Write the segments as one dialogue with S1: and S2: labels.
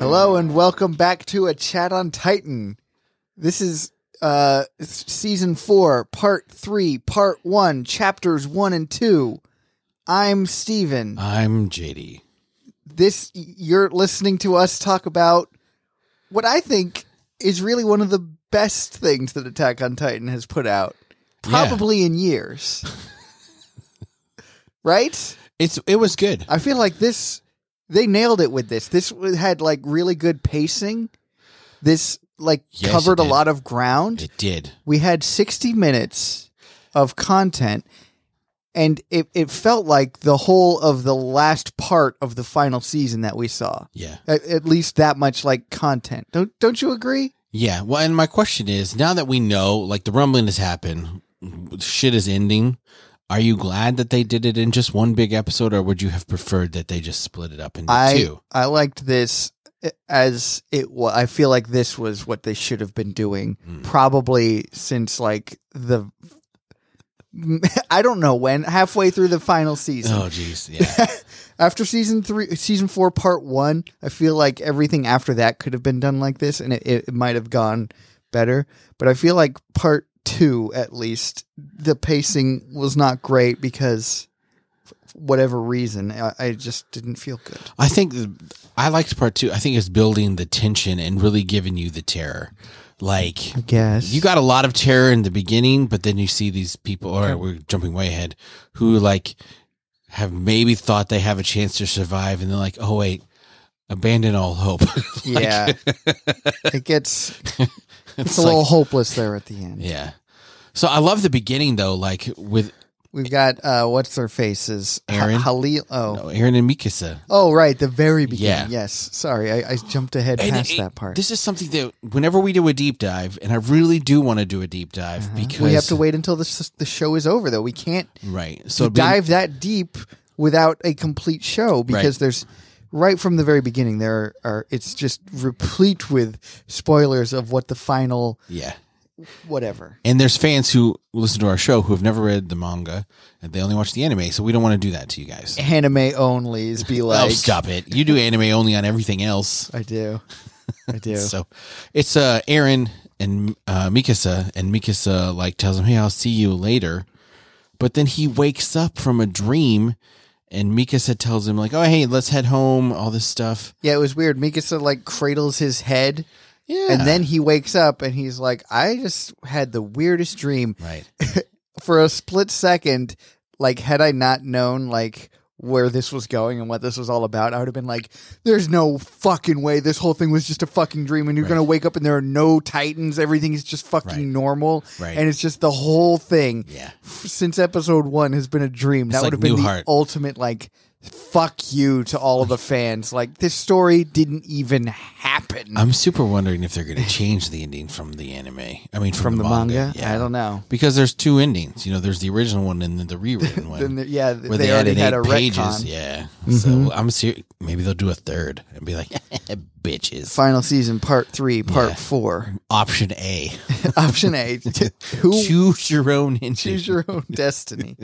S1: Hello and welcome back to a chat on Titan. This is uh s- season 4, part 3, part 1, chapters 1 and 2. I'm Steven.
S2: I'm JD.
S1: This you're listening to us talk about what I think is really one of the best things that Attack on Titan has put out probably in years. right?
S2: It's it was good.
S1: I feel like this they nailed it with this. This w- had like really good pacing. This like
S2: Yes, it
S1: covered a
S2: did.
S1: lot of ground.
S2: It did.
S1: we had 60 minutes of content and it, it felt like the whole of the last part of the final season that we saw.
S2: Yeah.
S1: At, at least that much like content. Don't don't you agree?
S2: Yeah. Well, and my question is, now that we know like the rumbling has happened, shit is ending, are you glad that they did it in just one big episode or would you have preferred that they just split it up into
S1: I
S2: two?
S1: I liked this as it was. I feel like this was what they should have been doing
S2: Mm.
S1: probably since like the I don't know when halfway through the final season.
S2: Oh jeez. Yeah.
S1: After season three, season four, part one, I feel like everything after that could have been done like this, and it, it might have gone better. But I feel like part two, at least, the pacing was not great because, f- whatever reason, I, I just didn't feel good.
S2: I think th- I liked part 2. I think it's building the tension and really giving you the terror. Like
S1: I guess
S2: You got a lot of terror in the beginning, but then you see these people, or we're jumping way ahead, who like have maybe thought they have a chance to survive, and they're like, oh, wait, abandon all hope. Like,
S1: yeah. it gets
S2: It's
S1: it's a little
S2: like-
S1: hopeless there at the end.
S2: yeah. So I love the beginning, though, like with
S1: We've got uh what's their faces? Ha-
S2: Aaron?
S1: Halil. Oh.
S2: Aaron and Mikasa.
S1: Oh right, the very beginning.
S2: Yeah.
S1: Yes. Sorry, I, I jumped ahead
S2: And
S1: past
S2: it-
S1: that part.
S2: This is something that whenever we do a deep dive, and I really do want to do a deep dive because
S1: we Uh-huh. have to wait until this the show is over though. We can't
S2: Right. So it'd Mm, be-
S1: dive that deep without a complete show because there's right from the very beginning there are it's just replete with spoilers of what the final
S2: Yeah.
S1: whatever.
S2: And there's fans who listen to our show who have never read the manga and they only watch the anime, so we don't want to do that to you guys.
S1: Anime onlys be
S2: Oh,
S1: like
S2: stop it! You do anime only on everything else.
S1: I do. I do.
S2: So it's uh Aaron and uh, Mikasa, and Mikasa like tells him, "Hey, I'll see you later," but then he wakes up from a dream, and Mikasa tells him like, "Oh, hey, let's head home." All this stuff.
S1: Yeah, it was weird. Mikasa like cradles his head,
S2: Yeah,
S1: and then he wakes up and he's like, "I just had the weirdest dream."
S2: right,
S1: For a split second, like had I not known like where this was going and what this was all about, I would have been like, "There's no fucking way this whole thing was just a fucking dream." And you're
S2: Right.
S1: gonna wake up and there are no titans. Everything is just fucking
S2: Right.
S1: normal,
S2: Right.
S1: and it's just the whole thing
S2: yeah,
S1: f- since episode one has been a dream. that would
S2: like
S1: have been
S2: Newhart.
S1: the ultimate like fuck you to all of the fans. Like this story didn't even happen
S2: I'm super wondering if they're going to change the ending from the anime. I mean,
S1: from
S2: from,
S1: the manga.
S2: Yeah,
S1: I don't know.
S2: because there's two endings. You know, there's the original one and then the rewritten one.
S1: Then the- yeah, th-
S2: where
S1: they,
S2: they,
S1: already
S2: added
S1: had a
S2: eight pages.
S1: retcon. Mm-hmm.
S2: Yeah. So I'm serious. Maybe they'll do a third and be like, bitches.
S1: Final season, part three, part
S2: Yeah.
S1: four.
S2: Option A.
S1: Option A: t- Who
S2: Choose your own ending.
S1: choose your own destiny?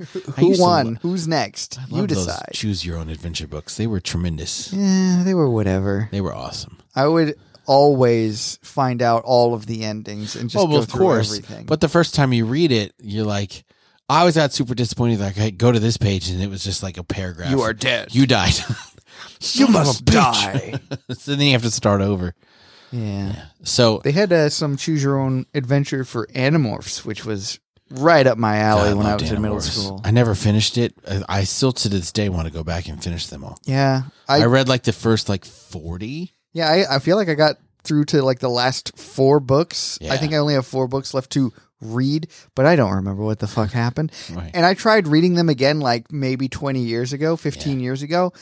S2: I
S1: Who
S2: used to
S1: won?
S2: lo-
S1: Who's next?
S2: I
S1: You
S2: love those
S1: decide.
S2: choose your own adventure books. They were tremendous.
S1: Yeah, they were whatever.
S2: They were awesome.
S1: I would always find out all of the endings and just
S2: oh, well,
S1: go
S2: of
S1: through
S2: course.
S1: everything.
S2: But the first time you read it, you're like, I was out super disappointed. Like, I go to this page and it was just like a paragraph.
S1: you are dead.
S2: You died.
S1: You
S2: Son of a
S1: must
S2: bitch.
S1: die.
S2: so then you have to start over.
S1: yeah.
S2: So
S1: They had uh, some choose your own adventure for Animorphs, which was right up my alley
S2: God,
S1: when I
S2: loved
S1: was in middle
S2: Animorphs.
S1: school.
S2: I never finished it. I, I still to this day want to go back and finish them all.
S1: yeah, I,
S2: I, read like the first like forty.
S1: yeah, I, I feel like I got through to like the last four books. I
S2: Yeah.
S1: think I only have four books left to read, but I don't remember what the fuck happened.
S2: Right.
S1: And I tried reading them again, like maybe twenty years ago, fifteen years ago.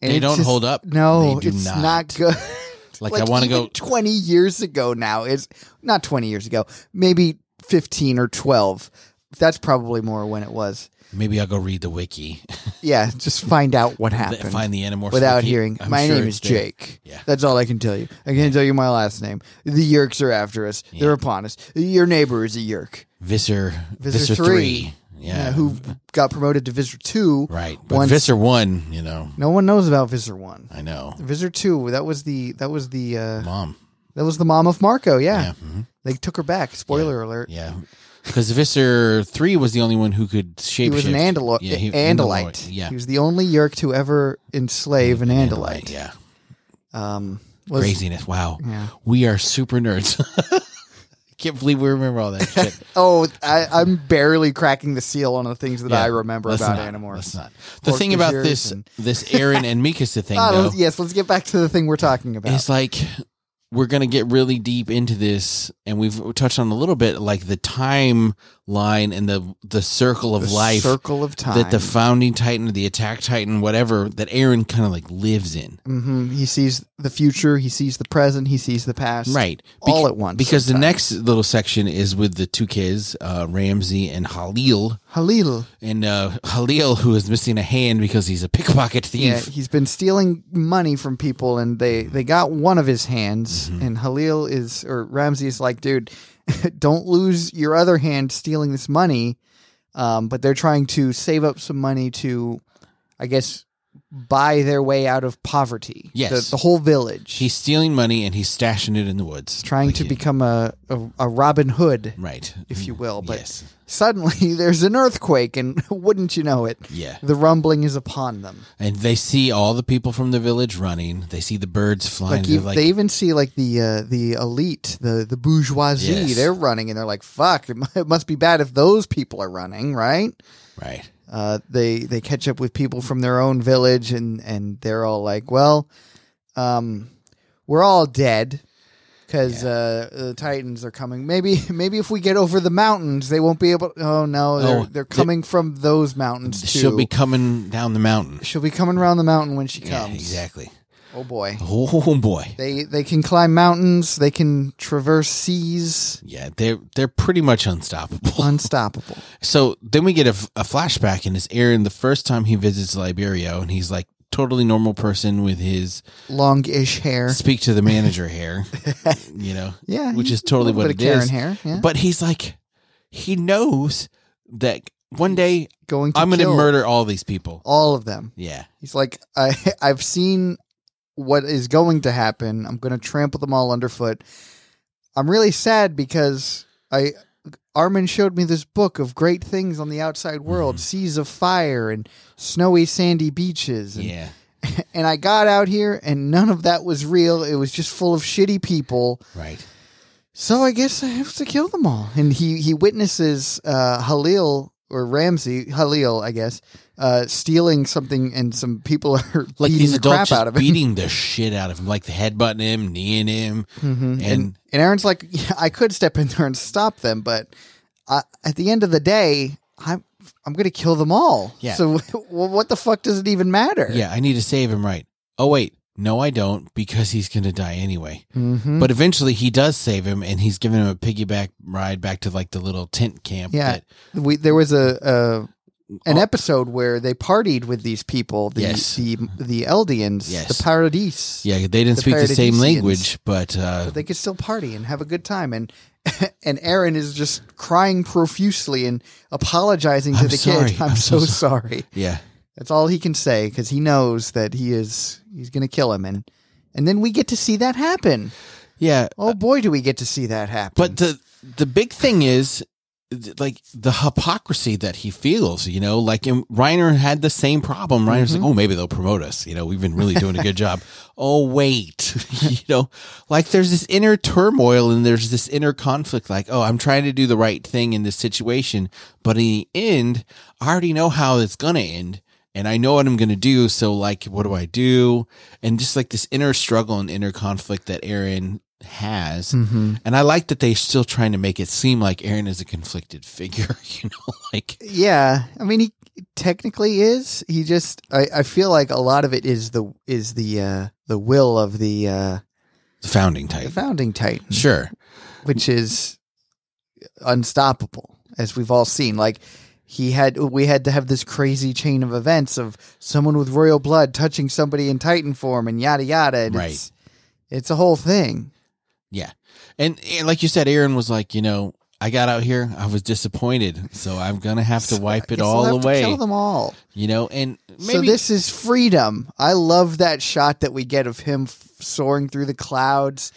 S1: And
S2: They
S1: it's
S2: don't
S1: just-
S2: hold up.
S1: No,
S2: They do
S1: it's not,
S2: not.
S1: good.
S2: Like, I want to
S1: even
S2: go.
S1: twenty years ago. Now is not twenty years ago. Maybe fifteen or twelve. That's probably more when it was.
S2: Maybe I'll go read the wiki.
S1: Yeah, just find out what happened
S2: Find the animorphs
S1: without
S2: wiki.
S1: hearing.
S2: I'm
S1: my
S2: sure
S1: name
S2: it's
S1: is
S2: there.
S1: Jake.
S2: Yeah.
S1: That's all I can tell you. I can't tell you my last name. The Yerks are after us. They're upon us. Your neighbor is a Yerk.
S2: Visser.
S1: Visitor
S2: Visser
S1: three.
S2: three. Yeah.
S1: who got promoted to Visitor Two.
S2: Right. But
S1: once-
S2: Visser won, you know.
S1: No one knows about Visitor One.
S2: I know.
S1: Visitor Two. That was the that was the uh,
S2: Mom.
S1: that was the mom of Marco. Yeah,
S2: Yeah. mhm.
S1: they took her back. Spoiler alert.
S2: Yeah. Because Visser 3 was the only one who could shapeshift.
S1: He was an Andalo-
S2: Yeah, he-
S1: Andalite.
S2: Andalite, yeah.
S1: He was the only Yerk to ever enslave an Andalite.
S2: Yeah.
S1: Um, was-
S2: Craziness. Wow.
S1: Yeah.
S2: We are super nerds. Can't believe we remember all that shit.
S1: Oh, I, I'm barely cracking the seal on the things that
S2: Yeah,
S1: I remember
S2: let's
S1: about
S2: not,
S1: Animorphs.
S2: Let's not. The
S1: Or
S2: thing about
S1: Viziers
S2: this
S1: and-
S2: this Aaron and Mikasa thing
S1: Ah,
S2: though
S1: let's- yes, let's get back to the thing we're talking about.
S2: is like we're gonna get really deep into this, and we've touched on a little bit like the timeline and the the circle of
S1: the
S2: life
S1: circle of time.
S2: that the founding titan, the attack titan, whatever that Aaron kind of like lives in.
S1: hmm He sees the future. He sees the present. He sees the past.
S2: Right.
S1: All at once
S2: Because the
S1: sometimes.
S2: next little section is with the two kids, uh, Ramsey and Halil.
S1: Halil.
S2: And uh, Halil, who is missing a hand because he's a pickpocket
S1: Yeah,
S2: thief.
S1: he's been stealing money from people, and they they got one of his hands.
S2: Mm-hmm.
S1: And Halil is or Ramsey is like, dude, don't lose your other hand stealing this money. Um, but they're trying to save up some money to, I guess, buy their way out of poverty.
S2: Yes.
S1: the, the whole village.
S2: He's stealing money and he's stashing it in the woods.
S1: trying
S2: Like,
S1: to become a, a a Robin Hood,
S2: right,
S1: if you will. But
S2: Mm, yes,
S1: suddenly there's an earthquake, and wouldn't you know it,
S2: yeah.
S1: the rumbling is upon them.
S2: And they see all the people from the village running. They see the birds flying.
S1: Like,
S2: They're
S1: ev-
S2: like,
S1: they even see like the uh, the elite, the the bourgeoisie.
S2: Yes.
S1: They're running, and they're like, "Fuck! It, mu- it must be bad if those people are running, right?"
S2: right,
S1: Uh, they they catch up with people from their own village, and and they're all like, "Well, um, we're all dead." Because uh, the Titans are coming. Maybe, maybe if we get over the mountains, they won't be able. Oh no, they're,
S2: Oh,
S1: they're
S2: they-
S1: coming from those mountains too.
S2: she'll be coming down the mountain.
S1: She'll be coming around the mountain when she comes.
S2: Yeah, exactly.
S1: Oh boy.
S2: Oh boy,
S1: They they can climb mountains. They can traverse seas.
S2: yeah, they're they're pretty much unstoppable.
S1: Unstoppable.
S2: So then we get a, a flashback, and it's Aaron the first time he visits Liberio, and he's like totally normal person with his
S1: Longish hair.
S2: speak to the manager hair, you know,
S1: Yeah,
S2: which
S1: he-
S2: is totally
S1: a
S2: what
S1: little
S2: it
S1: bit of
S2: is.
S1: Karen hair. Yeah.
S2: But he's like, he knows that one day
S1: going to
S2: I'm going to
S1: kill
S2: murder all these people.
S1: all of them.
S2: Yeah,
S1: He's like, I I've seen what is going to happen. I'm going to trample them all underfoot. I'm really sad because I Armin showed me this book of great things on the outside world,
S2: Mm-hmm.
S1: seas of fire and snowy sandy beaches and
S2: yeah,
S1: and I got out here and none of that was real. It was just full of shitty people.
S2: right.
S1: So I guess I have to kill them all. And he he witnesses uh, Halil or Ramsey Halil, I guess, uh, stealing something, and some people are
S2: Like
S1: beating
S2: these
S1: the
S2: adults
S1: crap
S2: just
S1: out of him.
S2: beating the shit out of him, like the headbutting him, kneeing him,
S1: Mhm.
S2: and
S1: And Aaron's like, yeah, I could step in there and stop them, but I, at the end of the day, I'm I'm going to kill them all.
S2: Yeah.
S1: So well, what the fuck does it even matter?
S2: yeah, I need to save him. Right. Oh wait, no, I don't, because he's going to die anyway.
S1: hmm
S2: But eventually, he does save him, and he's giving him a piggyback ride back to like the little tent camp.
S1: Yeah.
S2: that-
S1: we there was a, a an
S2: Oh.
S1: episode where they partied with these people, the
S2: Yes.
S1: the the Eldians,
S2: Yes.
S1: the Paradis.
S2: yeah, they didn't
S1: The
S2: speak the same
S1: Paradisians.
S2: language, but uh,
S1: But they could still party and have a good time and and Aaron is just crying profusely and apologizing to
S2: I'm
S1: the
S2: sorry.
S1: kid. I'm,
S2: I'm
S1: so
S2: so
S1: sorry.
S2: yeah,
S1: That's all he can say cuz he knows that he is he's going to kill him and and then we get to see that happen.
S2: yeah.
S1: Oh boy, do we get to see that happen.
S2: Uh, But the the big thing is th- like the hypocrisy that he feels, you know, like and Reiner had the same problem. Reiner's like, oh, maybe they'll promote us. You know, we've been really doing a good job. Oh, wait, you know, like there's this inner turmoil and there's this inner conflict. Like, oh, I'm trying to do the right thing in this situation, but in the end, I already know how it's gonna end. And I know what I'm going to do. So, like, what do I do? And just like this inner struggle and inner conflict that Aaron has.
S1: Mhm.
S2: And I like that they're still trying to make it seem like Aaron is a conflicted figure, you know, like
S1: Yeah, I mean, he technically is. He just, I, I feel like a lot of it is the is the uh, the will of the uh,
S2: the founding
S1: the
S2: type.
S1: founding titan,
S2: Sure.
S1: which is unstoppable, as we've all seen. Like he had, we had to have this crazy chain of events of someone with royal blood touching somebody in titan form, and yada yada. And It's, it's a whole thing.
S2: And, and like you said, Aaron was like, you know, I got out here. I was disappointed, so I'm gonna have to
S1: So I
S2: wipe it
S1: guess I'll
S2: all
S1: have to
S2: away.
S1: kill them all.
S2: You know, and maybe
S1: So this is freedom. I love that shot that we get of him f- soaring through the clouds,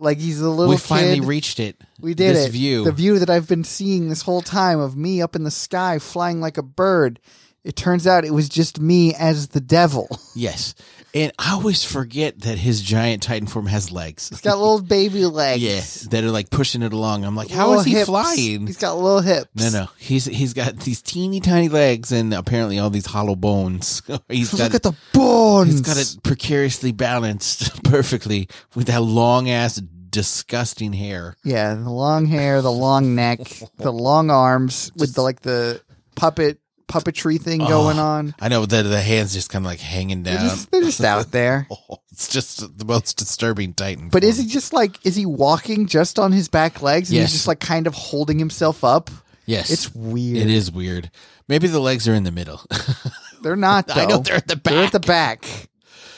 S1: like he's a little.
S2: we finally
S1: kid.
S2: reached it.
S1: we did
S2: this
S1: it.
S2: view.
S1: the view that I've been seeing this whole time of me up in the sky flying like a bird. It turns out it was just me as the devil.
S2: Yes, and I always forget that his giant titan form has legs.
S1: He's got little baby legs.
S2: yeah, that are like pushing it along. I'm like, how
S1: Little
S2: is he
S1: hips.
S2: flying?
S1: He's got little hips.
S2: No, no, he's he's got these teeny tiny legs and apparently all these hollow bones. he's got
S1: Look at the bones.
S2: he's got it precariously balanced perfectly with that long ass disgusting hair.
S1: Yeah, the long hair, the long neck, the long arms with the like the puppet puppetry thing
S2: Oh,
S1: going on.
S2: I know that the hands just kind of like hanging
S1: They're
S2: down.
S1: just, they're just out there.
S2: it's just the most disturbing titan.
S1: But
S2: form.
S1: is he just like is he walking just on his back legs and
S2: Yes.
S1: he's just like kind of holding himself up?
S2: Yes,
S1: It's weird.
S2: it is weird. Maybe the legs are in the middle.
S1: They're not though.
S2: I know they're at the back.
S1: They're at the back.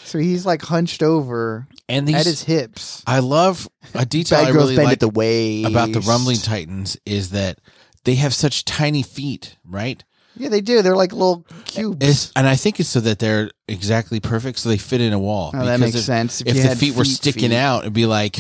S1: So he's like hunched over
S2: and these,
S1: at his hips.
S2: I love a detail
S1: Bad
S2: I
S1: girls
S2: really
S1: bend
S2: like
S1: at the waist.
S2: about the rumbling titans is that they have such tiny feet, right?
S1: Yeah, they do. They're like little cubes.
S2: It's, and I think it's so that they're exactly perfect, so they fit in a wall.
S1: oh, that
S2: Because
S1: makes
S2: if,
S1: sense.
S2: If,
S1: you
S2: the
S1: had
S2: feet, were sticking
S1: feet. Mm-hmm.
S2: out, it'd be like,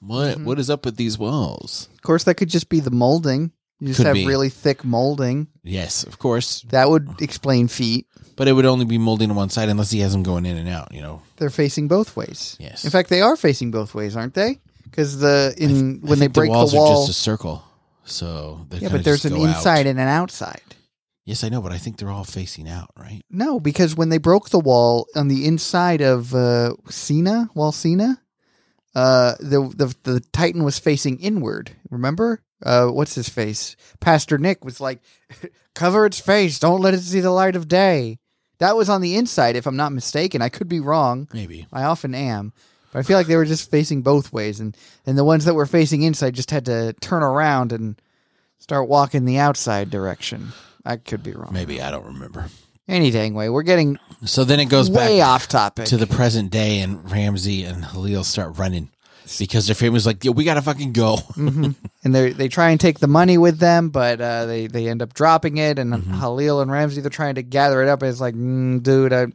S2: what? What is up with these walls?
S1: Of course, that could just be the molding. You just
S2: Could
S1: have
S2: be.
S1: really thick molding.
S2: Yes, of course,
S1: That would explain feet.
S2: but it would only be molding on one side unless he has them going in and out. You know,
S1: They're facing both ways.
S2: Yes.
S1: In fact, they are facing both ways, aren't they? Because the in
S2: I
S1: when they
S2: think
S1: break
S2: the walls are
S1: wall,
S2: just a circle, so they
S1: yeah,
S2: kinda
S1: but there's
S2: just
S1: an
S2: go out.
S1: inside and an outside.
S2: Yes, I know, but I think they're all facing out, right?
S1: No, because when they broke the wall on the inside of uh, Cena, Wall Cena, uh, the, the the Titan was facing inward. Remember, uh, what's his face? Pastor Nick was like, "Cover its face, don't let it see the light of day." That was on the inside, if I'm not mistaken. I could be wrong.
S2: Maybe.
S1: I often am, but I feel like they were just facing both ways, and and the ones that were facing inside just had to turn around and start walking the outside direction. I could be wrong.
S2: Maybe I don't remember.
S1: Any dang way, we're getting
S2: So then it goes back
S1: way off topic.
S2: to the present day, and Ramsey and Halil start running because their family's like, "Yo, we gotta fucking go."
S1: Mm-hmm. and they they try and take the money with them, but uh, they they end up dropping it. And
S2: Mm-hmm.
S1: Halil and Ramsey they're trying to gather it up. And it's like, mm, dude, I,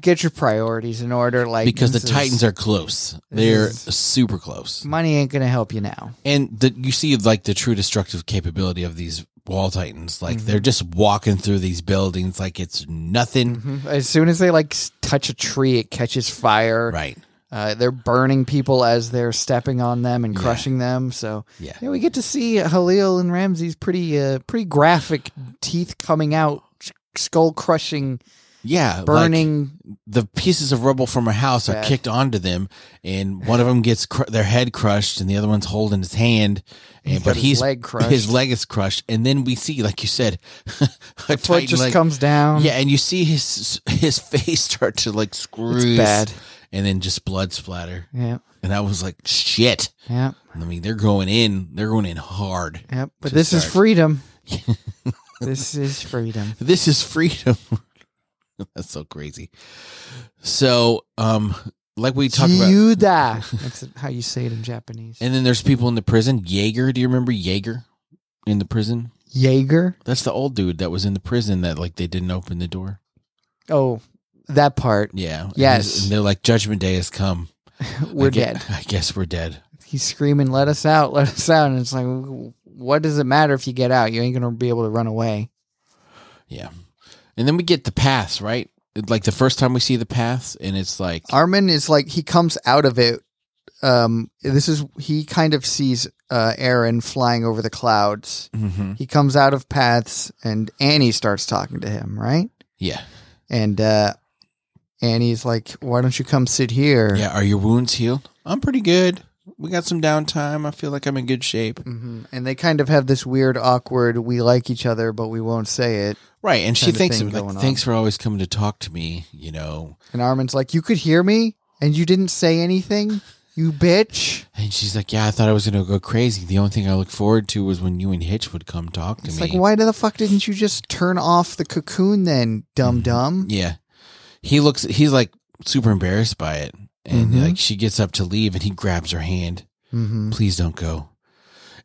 S1: get your priorities in order. Like
S2: because the
S1: this is-
S2: Titans are close. They're
S1: is-
S2: super close,
S1: money ain't gonna help you now.
S2: and the, you see like the true destructive capability of these wall Titans. Like
S1: Mm-hmm.
S2: they're just walking through these buildings like it's nothing,
S1: As soon as they like s- touch a tree, it catches fire.
S2: right?
S1: Uh, they're burning people as they're stepping on them and crushing them. So
S2: Yeah.
S1: we get to see Halil and Ramsey's pretty uh, pretty graphic teeth coming out, skull crushing,
S2: Yeah, like,
S1: burning.
S2: the pieces of rubble from a house are
S1: Bad.
S2: kicked onto them, and one of them gets cr- their head crushed, and the other one's holding his hand, and
S1: got
S2: but
S1: his
S2: he's
S1: leg crushed.
S2: his leg is crushed, and then we see, like you said, a
S1: foot
S2: Titan
S1: just
S2: leg-
S1: comes down.
S2: Yeah, and you see his his face start to like screws,
S1: bad.
S2: and then just blood splatter.
S1: Yeah.
S2: And I was like, shit.
S1: Yeah.
S2: I mean, they're going in. They're going in hard.
S1: Yep. But
S2: To
S1: this is
S2: start.
S1: freedom. this is freedom.
S2: This is freedom. That's so crazy. So, um, like we talked about,
S1: Judah. That's how you say it in Japanese.
S2: and then there's people in the prison. Jaeger, do you remember Jaeger in the prison?
S1: Jaeger.
S2: That's the old dude that was in the prison that like they didn't open the door.
S1: Oh, that part.
S2: Yeah. And
S1: Yes.
S2: he's- And they're like, Judgment Day has come.
S1: We're
S2: I gue-
S1: dead.
S2: I guess we're dead.
S1: He's screaming, "Let us out! Let us out!" And it's like, what does it matter if you get out? You ain't gonna be able to run away.
S2: Yeah. And then we get the paths, right? Like the first time we see the paths, and it's like,
S1: Armin is like he comes out of it. Um, this is he kind of sees uh, Aaron flying over the clouds.
S2: Mhm.
S1: He comes out of paths, and Annie starts talking to him, right?
S2: yeah.
S1: And uh, Annie's like, "Why don't you come sit here?"
S2: Yeah. Are your wounds healed? I'm pretty good. We got some downtime. I feel like I'm in good shape.
S1: hmm And they kind of have this weird, awkward. We like each other, but we won't say it.
S2: Right. And she
S1: Kinda
S2: thinks,
S1: thing
S2: like,
S1: going on.
S2: thanks for always coming to talk to me, you know.
S1: And Armin's like, "You could hear me, and you didn't say anything, you bitch."
S2: And she's like, yeah, I thought I was going to go crazy. The only thing I look forward to was when you and Hitch would come talk to
S1: It's
S2: me.
S1: like, why the fuck didn't you just turn off the cocoon then,
S2: Mm-hmm.
S1: dum dum?
S2: Yeah. He looks, he's like super embarrassed by it. And
S1: Mhm.
S2: like she gets up to leave and he grabs her hand.
S1: Mm-hmm.
S2: Please don't go.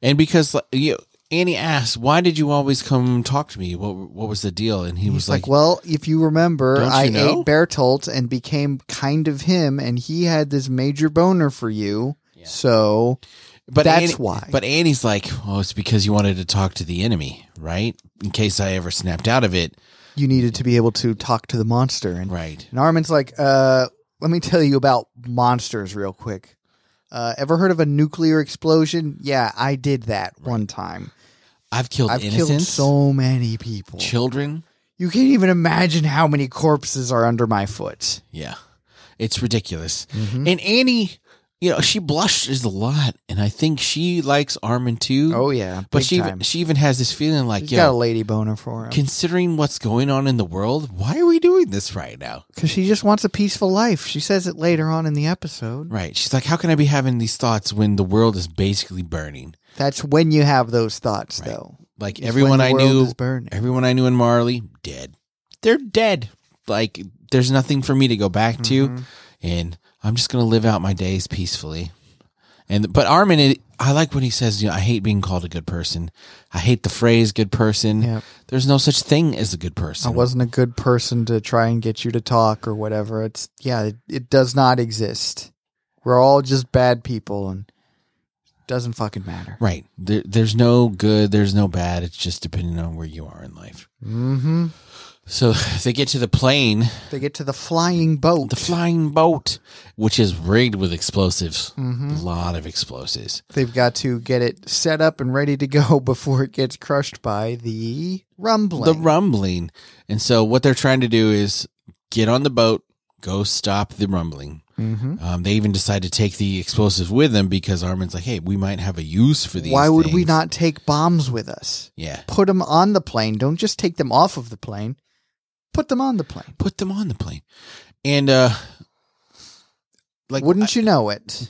S2: And because like, you, Annie asks, "Why did you always come talk to me? What what was the deal?" And he was
S1: It's like,
S2: like,
S1: well, if you remember,
S2: Don't you
S1: I
S2: know?
S1: ate Bertolt and became kind of him, and he had this major boner for you. So
S2: "But
S1: that's
S2: Annie-
S1: why.
S2: But Annie's like, "Oh, it's because you wanted to talk to the enemy, right? In case I ever snapped out of it,
S1: you needed to be able to talk to the monster. And,
S2: right?
S1: and Armin's like, uh, let me tell you about monsters real quick. Uh, ever heard of a nuclear explosion? Yeah, I did that one time.
S2: I've killed
S1: I've killed
S2: innocents,
S1: so many people.
S2: children.
S1: You can't even imagine how many corpses are under my foot.
S2: Yeah, it's ridiculous."
S1: Mm-hmm.
S2: And Annie, you know, she blushes a lot, and I think she likes Armin too.
S1: Oh yeah,
S2: but
S1: big
S2: she
S1: time.
S2: she even has this feeling like,
S1: She's
S2: yo,
S1: got a lady boner for him
S2: considering what's going on in the world, why are we doing this right now?
S1: because she just wants a peaceful life. She says it later on in the episode.
S2: Right. She's like, how can I be having these thoughts when the world is basically burning?
S1: That's when you have those thoughts,
S2: Right.
S1: though.
S2: Like
S1: is when
S2: everyone
S1: the
S2: I
S1: world
S2: knew,
S1: is burning.
S2: everyone I knew in Marley, dead. They're dead. Like there's nothing for me to go back
S1: Mm-hmm.
S2: to, and I'm just gonna live out my days peacefully. And but Armin, it, I like when he says, you know, I hate being called a good person. I hate the phrase "good person."
S1: Yep.
S2: There's no such thing as a good
S1: I
S2: person.
S1: wasn't a good person to try and get you to talk or whatever. It's yeah, it, it does not exist. We're all just bad people, and it doesn't fucking matter.
S2: Right. There, there's no good, there's no bad. It's just depending on where you are in life.
S1: Mm-hmm.
S2: So they get to the plane,
S1: They get to the flying boat.
S2: the flying boat, which is rigged with explosives.
S1: Mhm.
S2: A lot of explosives.
S1: They've got to get it set up and ready to go before it gets crushed by the rumbling.
S2: The rumbling. And so what they're trying to do is get on the boat, go stop the rumbling.
S1: Mhm.
S2: Um, they even decide to take the explosives with them because Armin's like, hey, we might have a use for these.
S1: Why would we
S2: things."
S1: not take bombs with us?
S2: Yeah.
S1: Put them on the plane. Don't just take them off of the plane. Put them on the plane.
S2: Put them on the plane. And, uh, like,
S1: Wouldn't you know it?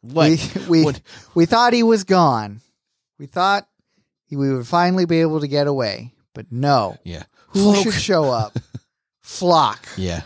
S2: what?
S1: We we,
S2: What?
S1: we thought he was gone. We thought he- we would finally be able to get away, but no.
S2: yeah.
S1: Who
S2: Floke.
S1: should show up? Flock
S2: Yeah.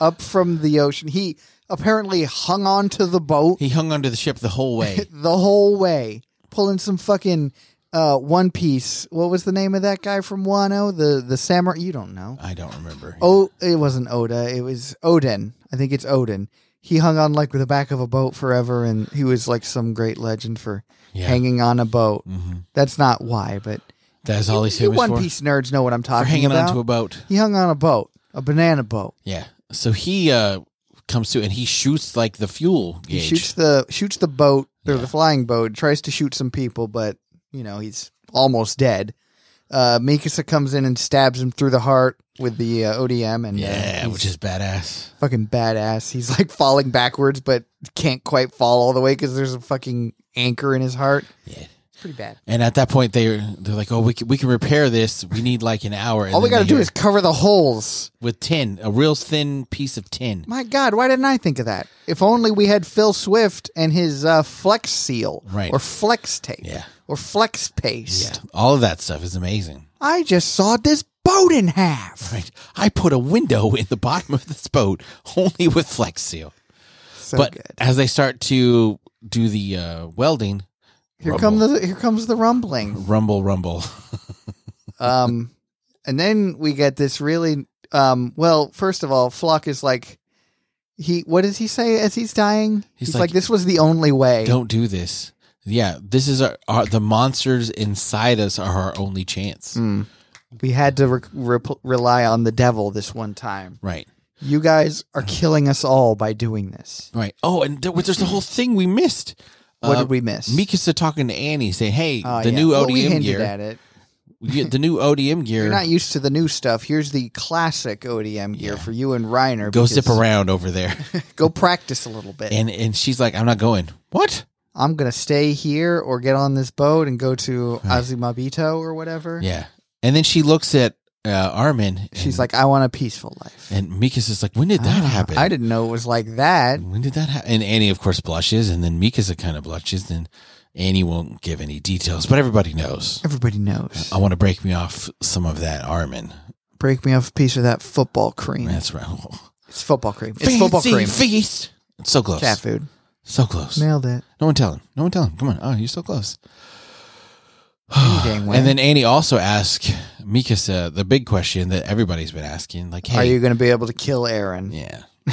S1: up from the ocean. He apparently hung on to the boat
S2: He hung onto the ship the whole way.
S1: the whole way, pulling some fucking uh, One Piece. What was the name of that guy from Wano? The the samurai. You don't know.
S2: I don't remember.
S1: Oh, it wasn't Oda. It was Odin. I think it's Odin. He hung on like the back of a boat forever, and he was like some great legend for
S2: Yeah.
S1: hanging on a boat.
S2: hmm
S1: That's not why, but
S2: That's all he's
S1: you
S2: famous
S1: One
S2: for.
S1: Piece nerds know what I'm
S2: for
S1: talking
S2: hanging
S1: about.
S2: onto a boat.
S1: he hung on a boat, a banana boat.
S2: Yeah. So he uh comes to and he shoots like the fuel
S1: He
S2: gauge.
S1: shoots the shoots the boat or
S2: Yeah.
S1: the flying boat. Tries to shoot some people, but you know he's almost dead. Uh, Mikasa comes in and stabs him through the heart with the uh, ODM, and uh,
S2: yeah,
S1: he's
S2: which is badass.
S1: fucking badass. He's like falling backwards, but can't quite fall all the way because there's a fucking anchor in his heart.
S2: Yeah.
S1: It's pretty bad.
S2: And at that point they they're like, "Oh, we can, we can repair this. We need like an hour." And
S1: all we got
S2: then
S1: to do
S2: they hear-
S1: is cover the holes.
S2: with tin, a real thin piece of tin.
S1: My God, why didn't I think of that? If only we had Phil Swift and his uh, Flex Seal,
S2: Right.
S1: or Flex Tape,
S2: Yeah.
S1: or Flex Paste.
S2: Yeah. All of that stuff is amazing.
S1: I just sawed this boat in half.
S2: Right. I put a window in the bottom of this boat only with Flex Seal.
S1: So
S2: but
S1: good.
S2: as they start to do the uh, welding,
S1: Here come the here comes the rumbling.
S2: rumble rumble.
S1: Um, and then we get this really um. Well, first of all, Flock is like, he. What does he say as he's dying?
S2: He's
S1: He's,
S2: like,
S1: like, this was the only way.
S2: don't do this. Yeah, this is our, our the monsters inside us are our only chance.
S1: Mm. We had to re- rep- rely on the devil this one time.
S2: Right,
S1: You guys
S2: Uh-huh.
S1: are killing us all by doing this.
S2: right. Oh, and there, was- there's the whole thing we missed.
S1: What
S2: Uh,
S1: did we miss?
S2: Mikasa talking to Annie saying, "Hey,
S1: Oh,
S2: the
S1: yeah.
S2: new
S1: Well, we
S2: ODM
S1: hinted
S2: gear,
S1: at it.
S2: yeah, the new ODM
S1: You're
S2: gear,
S1: not used to the new stuff. Here's the classic ODM gear
S2: Yeah.
S1: for you and Reiner.
S2: go
S1: because-
S2: zip around over there."
S1: Go practice a little bit.
S2: and and she's like, "I'm not going." What?
S1: I'm gonna stay here or get on this boat and go to Azumabito or whatever.
S2: Yeah. And then she looks at uh, Armin. And,
S1: She's like, I want a peaceful life.
S2: and Mikasa's like, "When did that
S1: Ah,
S2: happen?"
S1: I didn't know it was like that.
S2: When did that happen? And Annie, of course, blushes, and then Mikasa kind of blushes, and Annie won't give any details, but everybody knows.
S1: Everybody knows.
S2: I want to break me off some of that Armin.
S1: Break me off a piece of that football cream.
S2: That's right.
S1: Mm.
S2: Oh,
S1: It's football cream. It's football
S2: Fancy
S1: cream.
S2: feast. It's so close.
S1: Cat food.
S2: So close.
S1: Nailed it.
S2: No one tell him. No one tell him. Come on. Oh, you're so close.
S1: dang well.
S2: and then Annie also asked Mikasa the big question that everybody's been asking, like, "Hey,
S1: Are you going to be able to kill Aaron?
S2: yeah."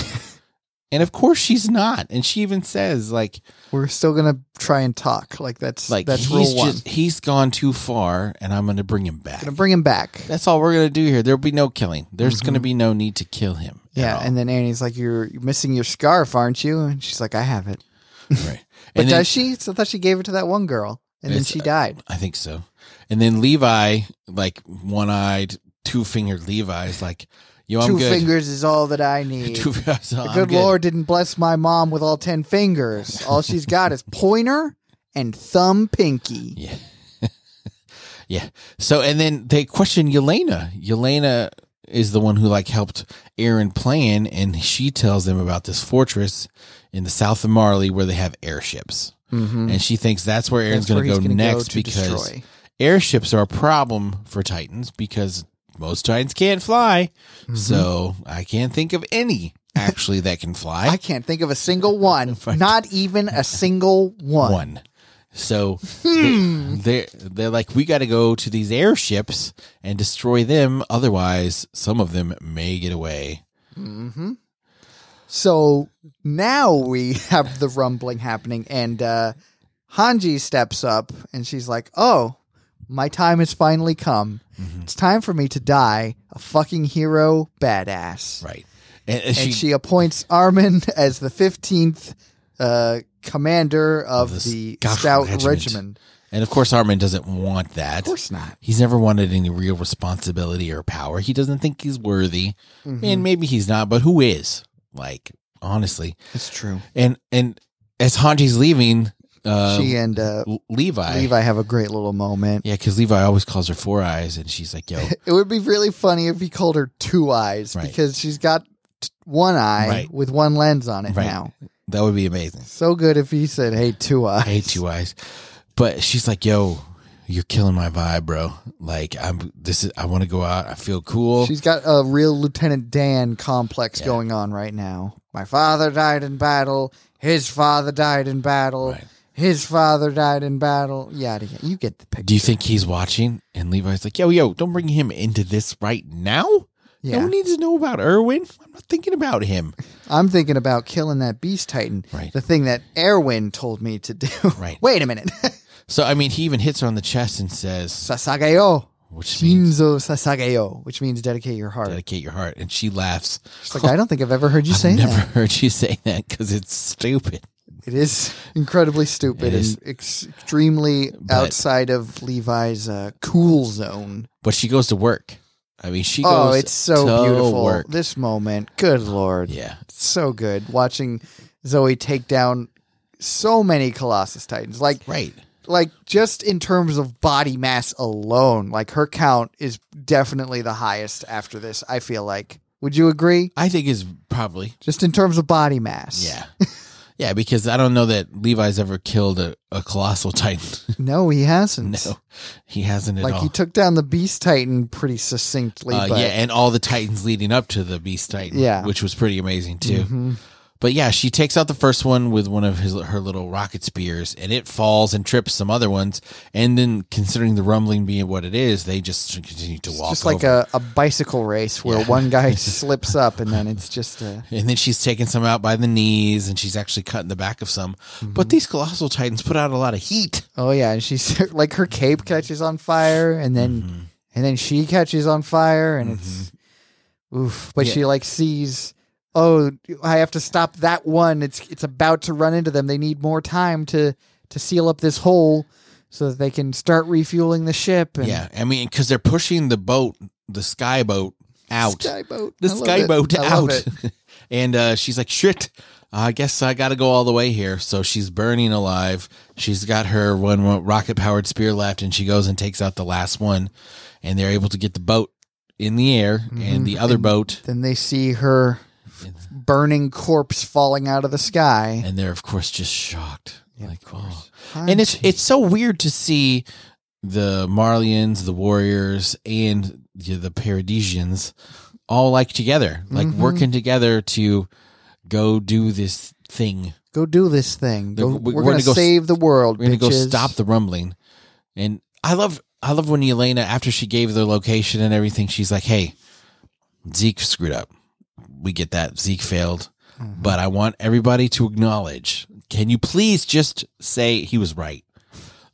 S2: and of course she's not. And she even says, like,
S1: We're still going to try and talk. Like that's
S2: like
S1: that's
S2: he's
S1: rule one.
S2: just he's gone too far, and I'm going to bring him back.
S1: Gonna bring him back.
S2: That's all we're going to do here. There'll be no killing. There's
S1: Mhm.
S2: going to be no need to kill him. at
S1: Yeah,
S2: all.
S1: and then Annie's like, "You're you're missing your scarf, aren't you?" And she's like, "I have it."
S2: right.
S1: But
S2: And then-
S1: does she? So I thought she gave it to that one girl, and then
S2: It's-
S1: she died.
S2: I think so. And then Levi, like one-eyed, two-fingered Levi, is like, "Yo, I'm
S1: Two
S2: good."
S1: fingers is all that I need.
S2: Two fingers.
S1: the
S2: I'm
S1: good, Lord didn't bless my mom with all ten fingers. All she's got is pointer and thumb pinky.
S2: Yeah. yeah. So and then they question Yelena. Yelena is the one who like helped Aaron plan and she tells them about this fortress in the south of Marley where they have airships.
S1: Mm-hmm.
S2: And she thinks Mm. that's where Aaron's going to go next because airships are a problem for Titans because most Titans can't fly.
S1: Mm-hmm.
S2: So I can't think of any actually that can fly.
S1: I can't think of a single one. Not even a single one.
S2: one. So
S1: Hmm.
S2: they, are they're like, we got to go to these airships and destroy them. Otherwise, some of them may get away.
S1: hmm So now we have the rumbling happening, and uh, Hanji steps up and she's like, Oh, my time has finally come.
S2: Mm-hmm.
S1: It's time for me to die a fucking hero badass.
S2: Right. And, and
S1: And
S2: she,
S1: she, appoints Armin as the 15th uh, commander of
S2: Of
S1: the,
S2: the Scout
S1: Scout
S2: Regiment.
S1: Regiment.
S2: and of course, Armin doesn't want that.
S1: Of course not.
S2: He's never wanted any real responsibility or power. He doesn't think he's worthy.
S1: Mm-hmm.
S2: And maybe he's not, but who is? Like, honestly.
S1: It's true.
S2: And, and as Hanji's leaving, uh,
S1: she and uh,
S2: L- Levi.
S1: Levi have a great little moment.
S2: Yeah, because Levi always calls her Four Eyes, and she's like, yo,
S1: It would be really funny if he called her Two Eyes
S2: Right.
S1: because she's got t- one eye
S2: Right.
S1: with one lens on it
S2: Right.
S1: now.
S2: that would be amazing.
S1: So good if he said, "Hey, Two Eyes."
S2: I hate you eyes. But she's like, yo, you're killing my vibe, bro. Like I'm this is I want to go out. I feel cool.
S1: She's got a real Lieutenant Dan complex
S2: Yeah.
S1: going on right now. My father died in battle. His father died in battle.
S2: Right.
S1: His father died in battle. Yada yada. You get the picture.
S2: Do you think he's watching? And Levi's like, yo, yo, don't bring him into this right now.
S1: Yeah,
S2: No one needs to know about Erwin. I'm not thinking about him.
S1: I'm thinking about killing that Beast Titan.
S2: Right.
S1: The thing that Erwin told me to do.
S2: Right.
S1: Wait a minute.
S2: So I mean he even hits her on the chest and says
S1: Sasageo.
S2: which means
S1: Shinzo Sasageo, which means dedicate your heart.
S2: dedicate your heart. And she laughs.
S1: It's like I don't think I've ever heard you say
S2: I've never
S1: that.
S2: heard you say that because it's stupid.
S1: It is incredibly stupid
S2: It is.
S1: and ex- extremely outside of Levi's uh, cool zone.
S2: But she goes to work. I mean she goes
S1: Oh, it's so
S2: to
S1: beautiful.
S2: work.
S1: This moment, good lord,
S2: Yeah.
S1: It's so good watching Zoe take down so many Colossus Titans. Like
S2: Right.
S1: like just in terms of body mass alone, like her count is definitely the highest after this, I feel like. Would you agree?
S2: I think is probably
S1: Just in terms of body mass.
S2: Yeah. Yeah, because I don't know that Levi's ever killed a, a colossal titan.
S1: No, he
S2: no,
S1: hasn't.
S2: he hasn't at
S1: Like
S2: all.
S1: he took down the Beast Titan pretty succinctly,
S2: Uh,
S1: but
S2: yeah, and all the titans leading up to the beast titan.
S1: Yeah.
S2: which was pretty amazing too.
S1: Mhm.
S2: But yeah, she takes out the first one with one of his her little rocket spears, and it falls and trips some other ones. And then, considering the rumbling being what it is, they just continue to
S1: it's
S2: walk.
S1: just like
S2: over.
S1: a, a bicycle race where
S2: Yeah.
S1: one guy slips up and then it's just a
S2: And then she's taking some out by the knees, and she's actually cutting the back of some.
S1: Mm-hmm.
S2: But these colossal titans put out a lot of heat.
S1: Oh yeah, and she's like her cape catches on fire, and then
S2: Mm-hmm.
S1: and then she catches on fire, and it's oof. But
S2: Mm-hmm. Yeah.
S1: she like sees, oh, I have to stop that one. It's it's about to run into them. They need more time to to seal up this hole so that they can start refueling the ship. And
S2: Yeah, I mean, because they're pushing the boat, the sky boat, out.
S1: skyboat,
S2: the
S1: I love
S2: sky
S1: it.
S2: boat
S1: I love
S2: out.
S1: it.
S2: and uh, she's like, shit, I guess I got to go all the way here. So she's burning alive. She's got her one rocket powered spear left, and she goes and takes out the last one. And they're able to get the boat in the air and
S1: Mm-hmm.
S2: the other boat.
S1: Then they see her burning corpse falling out of the sky.
S2: And they're, of course, just shocked. like, oh.
S1: I'm
S2: and it's it's so weird to see the Marlians, the Warriors, and the, the Paradisians all like together, like
S1: Mhm.
S2: working together to go do this thing
S1: Go do this thing.
S2: The-
S1: Go,
S2: we-
S1: we're,
S2: we're
S1: gonna,
S2: gonna go s-
S1: save the world.
S2: We're gonna go
S1: bitches.
S2: stop the rumbling. And I love I love when Elena, after she gave the location and everything, she's like, Hey, Zeke screwed up. We get that. Zeke failed.
S1: Mhm.
S2: But I want everybody to acknowledge. Can you please just say he was right?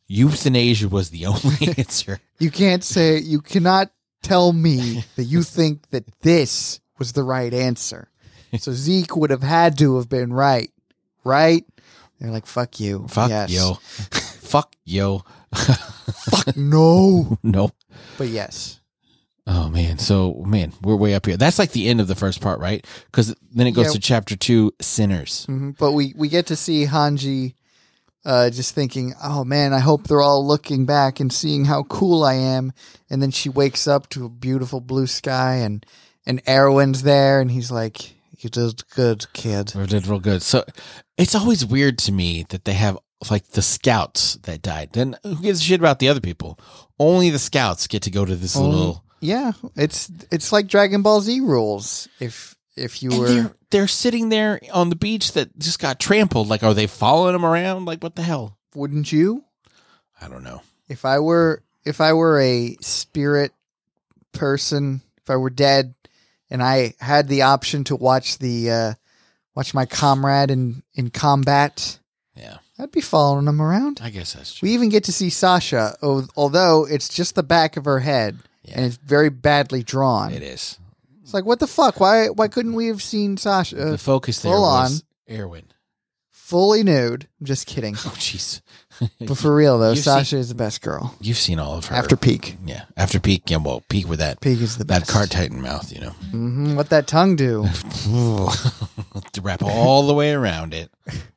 S2: Euthanasia was the only answer.
S1: You can't say you cannot tell me that you think that this was the right answer. So Zeke would have had to have been right, right? They're like, "Fuck you,
S2: Fuck
S1: yes.
S2: yo. Fuck yo.
S1: fuck no."
S2: No.
S1: But yes,
S2: Oh man, so man, we're way up here. That's like the end of the first part, right? Because then it goes
S1: Yeah.
S2: to chapter two, sinners.
S1: hmm but we we get to see Hanji. Uh, just thinking, oh man, I hope they're all looking back and seeing how cool I am. And then she wakes up to a beautiful blue sky, and and Erwin's there, and he's like, "You did good, kid."
S2: We did real good. So it's always weird to me that they have like the scouts that died. Then who gives a shit about the other people? Only the scouts get to go to this
S1: Only-
S2: little.
S1: Yeah, it's it's like Dragon Ball Z rules. If if you
S2: And
S1: were
S2: they're they're sitting there on the beach that just got trampled. Like, are they following them around? Like, what the hell?
S1: wouldn't you?
S2: I don't know.
S1: If I were if I were a spirit person, if I were dead and I had the option to watch the uh watch my comrade in in combat,
S2: Yeah,
S1: I'd be following him around.
S2: I guess that's true.
S1: We even get to see Sasha, al- although it's just the back of her head and
S2: Yeah,
S1: it's very badly drawn.
S2: it is.
S1: It's like what the fuck? Why why couldn't we have seen Sasha
S2: the focus there
S1: uh, full
S2: was Erwin.
S1: fully nude? I'm just kidding.
S2: Oh, jeez.
S1: But for real though,
S2: You've
S1: Sasha is the best girl.
S2: You've seen all of her
S1: After Peak,
S2: Yeah, after peak, yeah, well, peak with that
S1: Peak is the
S2: that
S1: best.
S2: car titan mouth, you know,
S1: hmm What that tongue do?
S2: to wrap all the way around it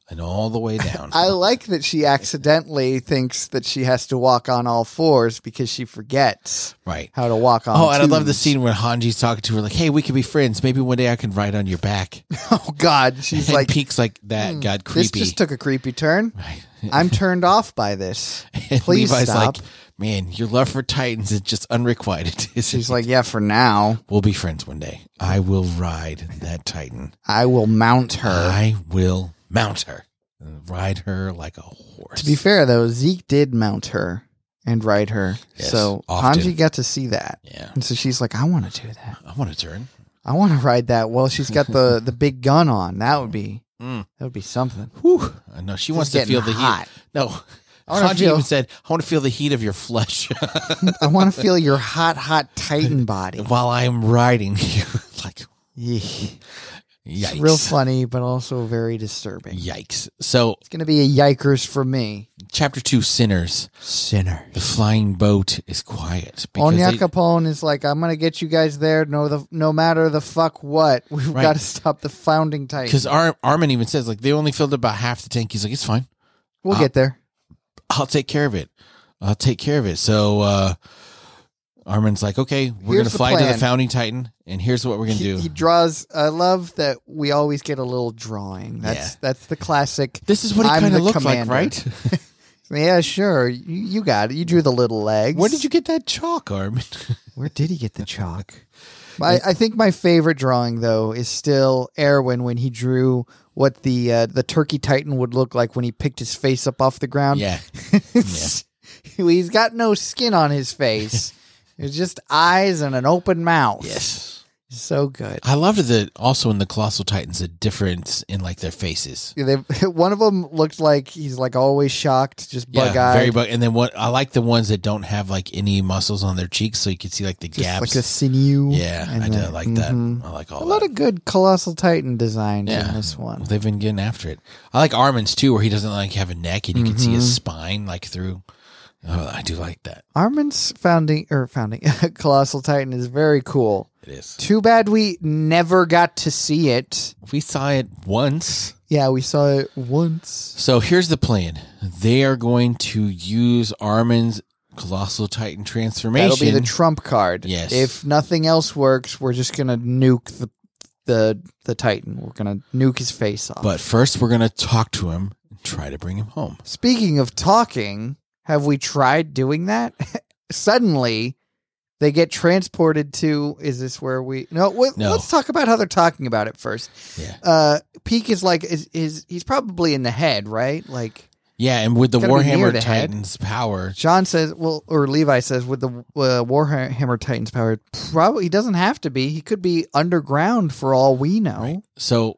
S2: and all the way down.
S1: I like that she accidentally thinks that she has to walk on all fours because she forgets
S2: right.
S1: how to walk on.
S2: Oh, and I love the
S1: twos.
S2: scene when Hanji's talking to her, like, "Hey, we could be friends. Maybe one day I can ride on your back."
S1: Oh God, she's
S2: and
S1: like, hmm,
S2: Peak's like, "That got
S1: this
S2: creepy."
S1: just took a creepy turn.
S2: Right.
S1: I'm turned off by this.
S2: and
S1: Please
S2: Levi's
S1: stop.
S2: like, "Man, your love for Titans is just unrequited."
S1: She's like, yeah, for now,
S2: "We'll be friends one day. I will ride that Titan.
S1: I will mount her.
S2: I will mount her, and ride her like a horse."
S1: To be fair though, Zeke did mount her and ride her,
S2: Yes,
S1: so
S2: often.
S1: Hanji got to see that,
S2: yeah,
S1: and so she's like, I want to do that.
S2: I want to turn.
S1: I want to ride that. Well, she's got the the big gun on. That would be
S2: Mm.
S1: that would be something.
S2: Whew. I know she wants
S1: This
S2: to
S1: is
S2: feel the
S1: getting
S2: heat.
S1: hot.
S2: No.
S1: I wanna
S2: Sanji
S1: feel-
S2: even said, I want to feel the heat of your flesh
S1: I want to feel your hot, hot Titan body.
S2: while I'm riding you. like,
S1: Yeeh.
S2: yikes.
S1: It's real funny, but also very disturbing.
S2: Yikes. So,
S1: It's gonna be a yikers for me.
S2: chapter two, Sinners.
S1: Sinner.
S2: The flying boat is quiet.
S1: Onya
S2: they-
S1: Capone is like, I'm gonna get you guys there. No, the no matter the fuck what, we've
S2: Right.
S1: got to stop the founding Titan.
S2: because Ar- Armin even says, like, they only filled about half the tank. He's like, it's fine.
S1: We'll
S2: uh,
S1: get there.
S2: I'll take care of it. I'll take care of it. So, uh, Armin's like, okay, we're
S1: Here's
S2: going to
S1: the
S2: fly to the
S1: plan.
S2: Founding Titan, and here's what we're going to
S1: He,
S2: do.
S1: he draws. I love that we always get a little drawing. That's
S2: Yeah.
S1: that's the classic.
S2: this is what he
S1: I'm
S2: kind of
S1: the
S2: looked like,
S1: commander.
S2: right?
S1: Yeah, sure. You, you got it. You drew the little legs.
S2: Where did you get that chalk, Armin?
S1: Where did he get the chalk? I, I think my favorite drawing though is still Erwin when he drew what the uh, the Turkey Titan would look like when he picked his face up off the ground.
S2: yeah.
S1: It's- he's got no skin on his face. it's just eyes and an open mouth.
S2: Yes.
S1: so good.
S2: I loved the also in the Colossal Titans the difference in like their faces.
S1: They, one of them looked like he's like always shocked, just bug eyed,
S2: very bug. And then what I like the ones that don't have like any muscles on their cheeks, so you can see like the
S1: just
S2: gaps.
S1: like a sinew.
S2: yeah,
S1: and
S2: I do
S1: then-
S2: like
S1: mhm.
S2: that. I like all
S1: A lot
S2: that.
S1: of good colossal titan designs
S2: Yeah.
S1: in this one.
S2: They've been getting after it. I like Armin's too, where he doesn't like have a neck and you can see
S1: Mhm.
S2: his spine like through. Oh, I do like that.
S1: Armin's founding or founding Colossal Titan is very cool.
S2: It is.
S1: Too bad we never got to see it.
S2: We saw it once.
S1: Yeah, we saw it once.
S2: So here's the plan. They are going to use Armin's Colossal Titan transformation.
S1: That'll be the trump card.
S2: Yes.
S1: If nothing else works, we're just gonna nuke the the the Titan. We're gonna nuke his face off.
S2: But first, we're going to talk to him and try to bring him home.
S1: speaking of talking, have we tried doing that? Suddenly, They get transported to. Is this where we? No, wait,
S2: No.
S1: Let's talk about how they're talking about it first.
S2: Yeah.
S1: Uh, Peak is like is, is he's probably in the head, right? Like
S2: Yeah, and with the
S1: Gotta be near
S2: Warhammer
S1: the head.
S2: Titans power,
S1: John says, well, or Levi says, with the uh, Warhammer Titans power, probably he doesn't have to be. He could be underground for all we know.
S2: right? So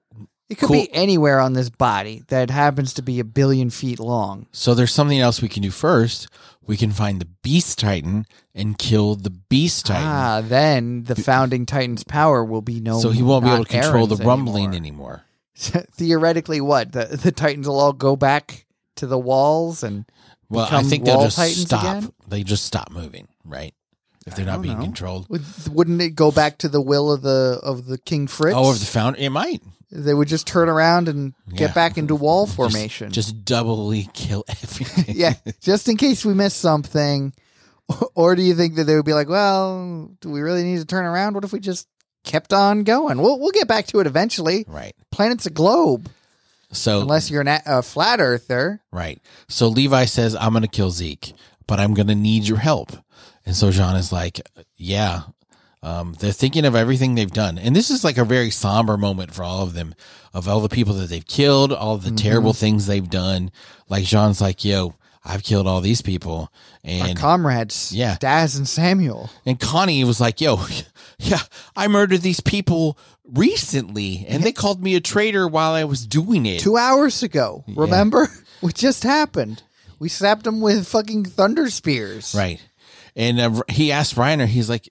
S1: It could
S2: Cool.
S1: be anywhere on this body that happens to be a billion feet long.
S2: So there's something else we can do first. We can find the Beast Titan and kill the Beast Titan.
S1: Ah, then the founding Titan's power will be no.
S2: so he won't be able to
S1: not
S2: control the
S1: Aaron's
S2: rumbling
S1: anymore.
S2: anymore.
S1: Theoretically, what the the Titans will all go back to the walls and
S2: Well, I
S1: Become
S2: think they'll
S1: wall
S2: just
S1: titans
S2: stop.
S1: again?
S2: They just stop moving, right? If they're
S1: I
S2: not
S1: don't
S2: being
S1: know.
S2: controlled.
S1: would, wouldn't it go back to the will of the of the King Fritz?
S2: Oh, if the founder, it might
S1: they would just turn around and get
S2: Yeah.
S1: back into wall
S2: Just-
S1: formation.
S2: Just, doubly kill everything.
S1: yeah, just in case we miss something. Or do you think that they would be like, well, do we really need to turn around? What if we just kept on going? We'll we'll get back to it eventually.
S2: Right.
S1: Planet's a globe,
S2: So
S1: unless you're an a, a flat earther.
S2: Right. So Levi says, I'm going to kill Zeke, but I'm going to need your help. And so Jean is like, Yeah. Um, they're thinking of everything they've done. And this is like a very somber moment for all of them, of all the people that they've killed, all the terrible things they've done. Like Jean's like, Yo, I've killed all these people.
S1: Our
S2: And,
S1: comrades,
S2: Yeah.
S1: Daz and Samuel.
S2: and Connie was like, Yo, yeah, I murdered these people recently. And they called me a traitor while I was doing it.
S1: Two hours ago, remember? what just happened? We slapped them with fucking thunder spears.
S2: Right. And uh, R- he asked Reiner, he's like,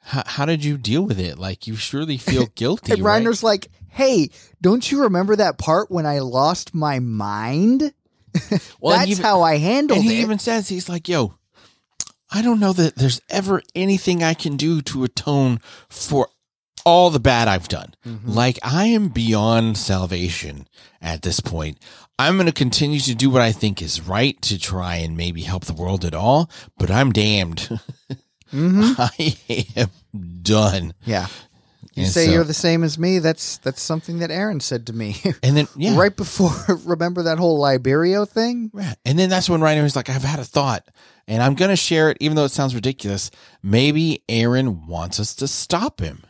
S2: "How- how did you deal with it? Like, you surely feel guilty.
S1: And
S2: right?
S1: Reiner's like, hey, don't you remember that part when I lost my mind?
S2: Well, and
S1: That's
S2: even-
S1: how I handled
S2: And he
S1: it.
S2: even says, he's like, yo, I don't know that there's ever anything I can do to atone for all the bad I've done.
S1: Mm-hmm.
S2: Like, I am beyond salvation at this point. I'm going to continue to do what I think is right to try and maybe help the world at all, but I'm damned.
S1: Mhm.
S2: I am done.
S1: Yeah. You
S2: And
S1: say
S2: so-
S1: you're the same as me. That's that's something that Aaron said to me
S2: And then, yeah.
S1: right before. Remember that whole Liberio thing?
S2: Yeah. And then that's when Reiner was like, I've had a thought and I'm going to share it, even though it sounds ridiculous. Maybe Aaron wants us to stop him.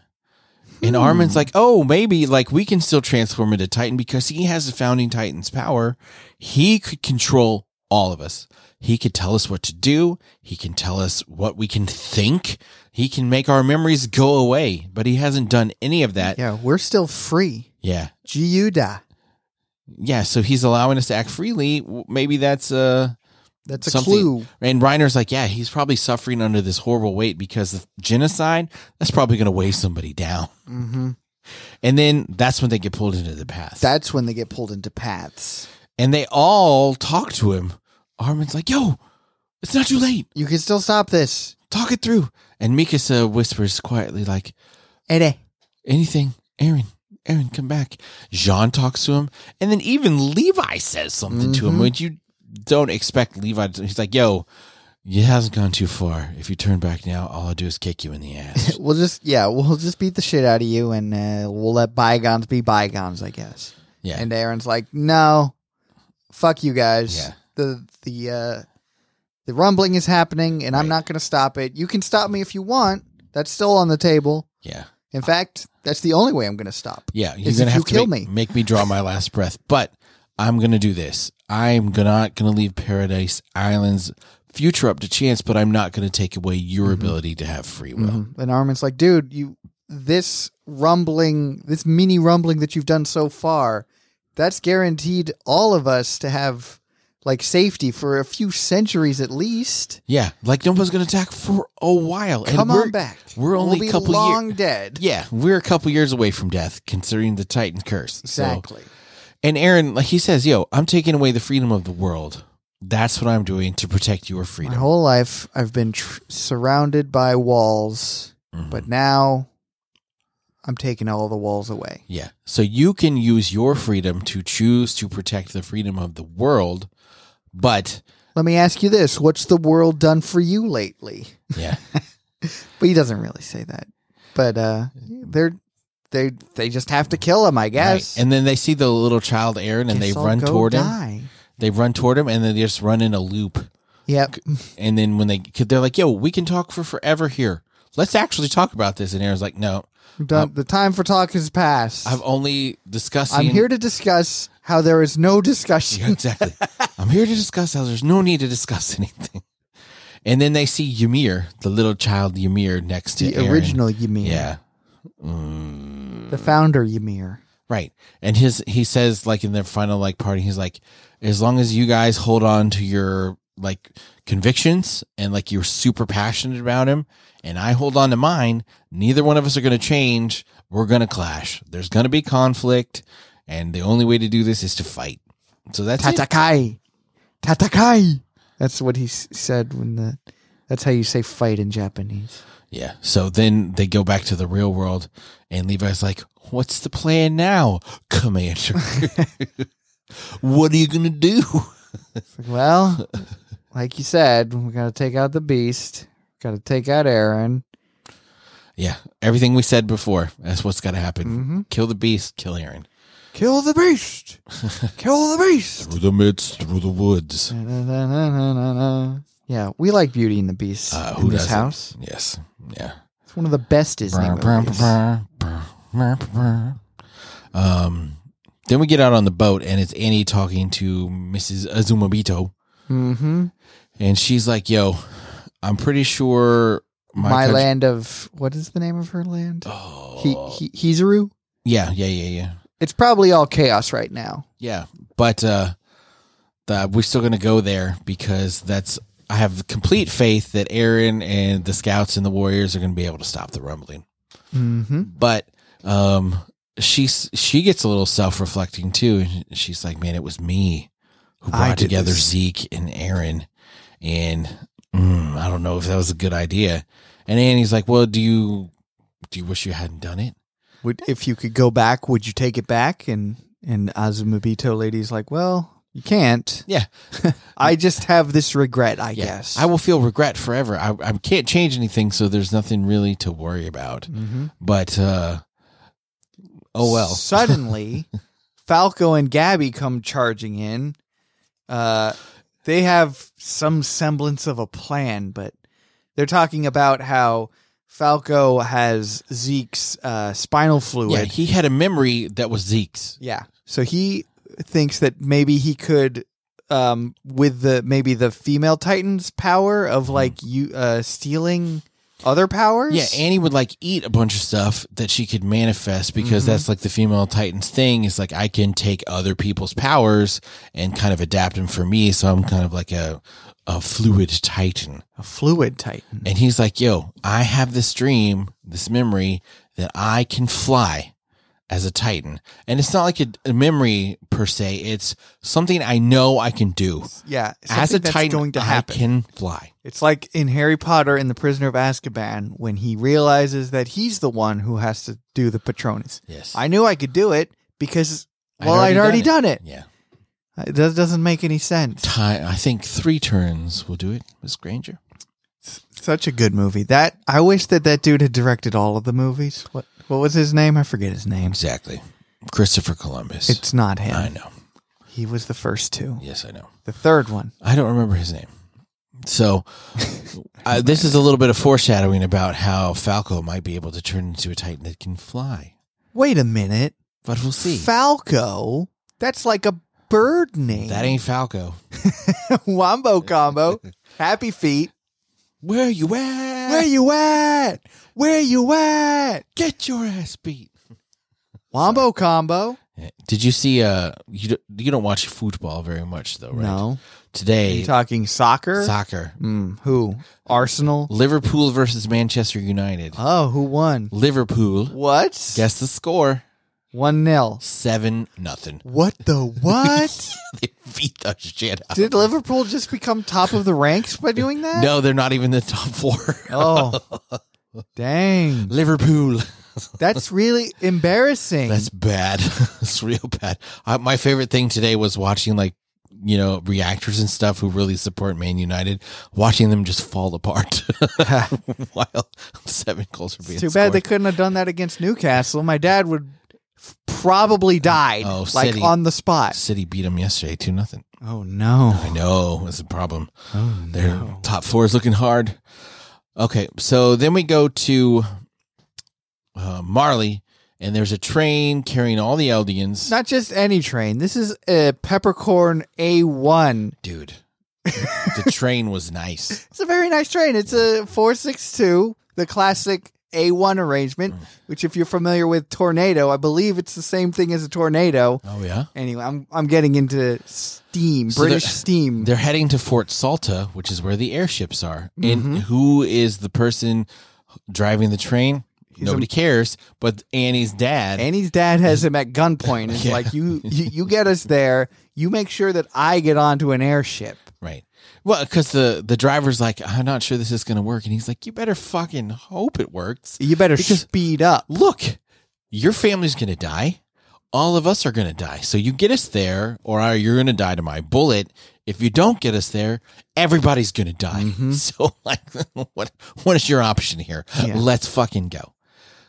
S2: And Armin's like, oh, maybe like we can still transform into Titan because he has the founding Titan's power. He could control all of us. He could tell us what to do. He can tell us what we can think. He can make our memories go away, but he hasn't done any of that.
S1: Yeah, we're still free.
S2: yeah.
S1: Giuda.
S2: Yeah. So he's allowing us to act freely. W- Maybe that's, uh,
S1: That's a
S2: Something-
S1: clue.
S2: And Reiner's like, yeah, he's probably suffering under this horrible weight because of genocide. That's probably going to weigh somebody down.
S1: hmm
S2: And then that's when they get pulled into the past.
S1: That's when they get pulled into paths.
S2: and they all talk to him. Armin's like, yo, it's not too late.
S1: You can still stop this.
S2: Talk it through. And Mikasa whispers quietly, like,
S1: Ere.
S2: anything, Aaron, Aaron, come back. Jean talks to him. And then even Levi says something to him,
S1: Mhm.
S2: which you don't expect Levi to. He's like, yo, it hasn't gone too far. If you turn back now, all I'll do is kick you in the ass.
S1: We'll just yeah, we'll just beat the shit out of you, and uh, we'll let bygones be bygones, I guess.
S2: Yeah.
S1: And Aaron's like, no, fuck you guys.
S2: Yeah.
S1: The the uh, the rumbling is happening, and I'm
S2: Right.
S1: not going to stop it. You can stop me if you want. That's still on the table.
S2: yeah.
S1: In fact, that's the only way I'm going to stop.
S2: Yeah. You're
S1: is
S2: going to
S1: if
S2: have
S1: you
S2: to
S1: kill
S2: make,
S1: me.
S2: make me draw my last breath, but I'm going to do this. I'm g- not going to leave Paradise Island's future up to chance, but I'm not going to take away your
S1: Mm-hmm.
S2: ability to have free will.
S1: Mhm. And Armin's like, dude, you this rumbling, this mini rumbling that you've done so far, that's guaranteed all of us to have like safety for a few centuries at least.
S2: Yeah. Like nobody's going to attack for a while. And
S1: Come
S2: we're-
S1: on back.
S2: We're only
S1: we'll be
S2: a couple years.
S1: long dead.
S2: Yeah, we're a couple years away from death, considering the Titan curse. So,
S1: Exactly.
S2: and Aaron, like he says, "Yo, I'm taking away the freedom of the world. That's what I'm doing to protect your
S1: My
S2: freedom."
S1: whole life, I've been tr- surrounded by walls,
S2: Mhm.
S1: but now I'm taking all the walls away.
S2: Yeah. So you can use your freedom to choose to protect the freedom of the world, but
S1: Let me ask you this what's the world done for you lately?
S2: yeah,
S1: But he doesn't really say that. But uh, they're. They they just have to kill him, I guess.
S2: Right. And then they see the little child Aaron, and
S1: Guess
S2: they
S1: I'll
S2: run
S1: go
S2: toward him.
S1: die.
S2: They run toward him, and then they just run in a loop.
S1: Yep.
S2: And then when they, cause they're like, "Yo, we can talk for forever here. let's actually talk about this. And Aaron's like, no,
S1: Done, the time for talk has passed.
S2: uh, I've only discussing.
S1: I'm here to discuss how there is no
S2: Yeah,
S1: discussion.
S2: exactly. I'm here to discuss how there's no need to discuss anything. And then they see Ymir, the little child Ymir, next to
S1: the
S2: Aaron.
S1: original Ymir.
S2: Yeah. Mm.
S1: The founder Ymir.
S2: Right. And his he says like in their final like party, he's like, as long as you guys hold on to your like convictions and like you're super passionate about him and I hold on to mine, neither one of us are gonna change. We're gonna clash. There's gonna be conflict, and the only way to do this is to fight. So that's it.
S1: Tatakai. Tatakai. That's what he s- said when the. That's how you say fight in Japanese.
S2: Yeah. So then they go back to the real world, and Levi's like, "What's the plan now, Commander? what are you gonna do?"
S1: It's like, well, like you said, we got to take out the beast. Got to take out Aaron.
S2: Yeah, everything we said before. That's what's got to happen.
S1: Mhm.
S2: Kill the beast. Kill Aaron.
S1: Kill the beast. Kill the beast.
S2: Through the midst, through the woods.
S1: Na-na-na-na-na-na. Yeah, we like Beauty and the Beast
S2: Uh,
S1: in
S2: who
S1: this
S2: doesn't?
S1: house.
S2: Yes. Yeah.
S1: It's one of the best Disney movies.
S2: Um. Then we get out on the boat, and it's Annie talking to Mrs. Azumabito.
S1: Mm-hmm.
S2: and she's like, "Yo, I'm pretty sure
S1: My,
S2: my, country-
S1: land of what is the name of her land?
S2: Oh,
S1: He he Hizuru.
S2: yeah, yeah, yeah, yeah,
S1: It's probably all chaos right now.
S2: yeah. But uh, the, we're still gonna go there because that's. I have complete faith that Aaron and the scouts and the warriors are gonna be able to stop the rumbling.
S1: Mm-hmm.
S2: But um, she's she gets a little self reflecting too, and she's like, "Man, it was me who
S1: I
S2: brought
S1: did
S2: together
S1: this."
S2: Zeke and Aaron, and mm, I don't know if that was a good idea." And Annie's like, "Well, do you do you wish you hadn't done it?"
S1: Would if you could go back, would you take it back? And and Azumabito lady's like, well, you can't.
S2: Yeah.
S1: I just have this regret, I
S2: Yeah.
S1: guess.
S2: I will feel regret forever. I, I can't change anything, so there's nothing really to worry about.
S1: Mhm.
S2: But uh, oh well,
S1: Suddenly, Falco and Gabby come charging in. Uh, they have some semblance of a plan, but they're talking about how Falco has Zeke's uh, spinal
S2: yeah,
S1: fluid.
S2: he had a memory that was Zeke's.
S1: Yeah. So he thinks that maybe he could um with the maybe the female titan's power
S2: Hmm.
S1: of like you uh stealing other powers?
S2: Yeah, Annie would like eat a bunch of stuff that she could manifest because
S1: Mhm.
S2: that's like the female Titans thing is like I can take other people's powers and kind of adapt them for me. So I'm kind of like a, a fluid Titan.
S1: a fluid titan.
S2: And he's like, yo, I have this dream, this memory that I can fly as a Titan. And it's not like a, a memory per se, it's something I know I can do.
S1: Yeah.
S2: as a
S1: something that's
S2: Titan,
S1: going to
S2: I
S1: happen.
S2: can fly.
S1: It's like in Harry Potter and the Prisoner of Azkaban when he realizes that he's the one who has to do the Patronus.
S2: Yes.
S1: I knew I could do it because
S2: I'd
S1: well, I'd already,
S2: already
S1: done,
S2: done
S1: it.
S2: yeah.
S1: It does- doesn't make any sense.
S2: Time, I think three turns will do it, Miss Granger.
S1: Such a good movie. That I wish that that dude had directed all of the movies. What what was his name? I forget his name.
S2: Exactly. Christopher Columbus.
S1: It's not him.
S2: I know.
S1: He was the first two.
S2: Yes, I know.
S1: The third one.
S2: I don't remember his name. So, uh, this is a little bit of foreshadowing about how Falco might be able to turn into a Titan that can fly.
S1: Wait a minute.
S2: But we'll see.
S1: Falco. That's like a bird name.
S2: that ain't Falco.
S1: Wombo combo. Happy feet.
S2: Where you at?
S1: Where you at? Where you at?
S2: Get your ass beat.
S1: Wombo combo.
S2: Did you see? Uh, you don't, you don't watch football very much though, right?
S1: No. Are
S2: Today,
S1: you talking soccer?
S2: soccer.
S1: Mm, who? Arsenal?
S2: Liverpool versus Manchester United.
S1: Oh, who won?
S2: Liverpool.
S1: What?
S2: Guess the score.
S1: 1 0.
S2: Seven nothing.
S1: What the what?
S2: they beat the shit out.
S1: Did Liverpool just become top of the ranks by doing that?
S2: No, they're not even the top four.
S1: Oh. Dang.
S2: Liverpool.
S1: That's really embarrassing.
S2: That's bad. That's real bad. I, my favorite thing today was watching like you know reactors and stuff who really support Man United, watching them just fall apart while seven goals are being
S1: It's too bad they
S2: scored.
S1: couldn't have done that against Newcastle. My dad would f- probably died
S2: Oh,
S1: like
S2: City.
S1: on the spot.
S2: City beat them yesterday two nothing.
S1: Oh no.
S2: I know it's a problem.
S1: Oh
S2: Their top four is looking hard. Okay, so then we go to uh, Marley, and there's a train carrying all the Eldians.
S1: Not just any train. This is a peppercorn A1.
S2: Dude, the train was nice.
S1: It's a very nice train. It's a 462, the classic A1 arrangement,
S2: Mm.
S1: which if you're familiar with tornado, I believe it's the same thing as a tornado.
S2: Oh yeah,
S1: Anyway, I'm I'm getting into steam,
S2: So
S1: British
S2: they're-
S1: steam.
S2: they're heading to Fort Salta, which is where the airships are. And
S1: Mhm.
S2: who is the person driving the train?
S1: He's a-
S2: Nobody cares, but Annie's dad.
S1: Annie's dad has him at gunpoint. It's
S2: Yeah.
S1: like you, you you get us there. You make sure that I get onto an airship.
S2: Right. Well, because the the driver's like, I'm not sure this is going to work, and he's like, You better fucking hope it works.
S1: You better
S2: Because-
S1: speed up.
S2: Look, your family's going to die. All of us are going to die. So you get us there, or are- you're going to die to my bullet. If you don't get us there, everybody's going to die.
S1: Mhm.
S2: So like, what what is your option here?
S1: Yeah.
S2: Let's fucking go.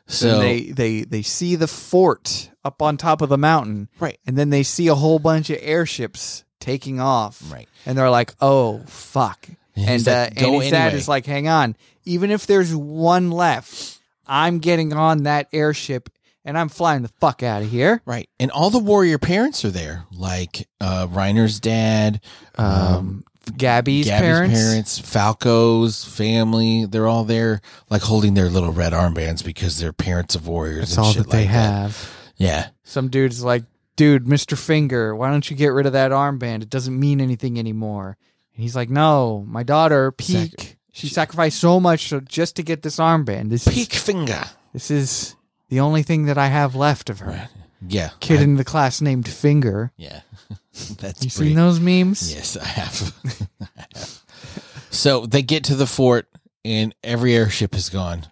S2: So
S1: and they they they see the fort up on top of the mountain,
S2: Right.
S1: And then they see a whole bunch of airships taking off,
S2: right.
S1: And they're like, "Oh fuck!"
S2: And
S1: And
S2: he's
S1: uh,
S2: like, "Go
S1: Annie's dad
S2: anyway."
S1: is like, "Hang on, even if there's one left, I'm getting on that airship and I'm flying the fuck out of here."
S2: Right. And all the warrior parents are there, like uh, Reiner's dad,
S1: Um, Gabby's,
S2: Gabby's
S1: parents.
S2: parents. Falco's family, they're all there, like holding their little red armbands because they're parents of warriors.
S1: That's
S2: and
S1: all
S2: shit
S1: that they
S2: like that.
S1: have.
S2: Yeah,
S1: Some dude's like, dude, Mr. Finger, why don't you get rid of that armband? It doesn't mean anything anymore. And he's like, no, my daughter,
S2: Sac-
S1: Peak, she sacrificed so much so- just to get this armband. This,
S2: peak
S1: is,
S2: finger.
S1: this is the only thing that I have left of her.
S2: Right. Yeah,
S1: Kid
S2: I-
S1: in the class named Finger.
S2: yeah, that's
S1: You
S2: pretty.
S1: seen those memes?
S2: Yes, I have. I have. So they get to the fort, and every airship is gone,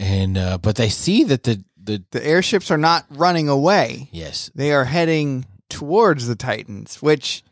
S2: and uh, but they see that the the
S1: The airships are not running away.
S2: yes
S1: They are heading towards the Titans, which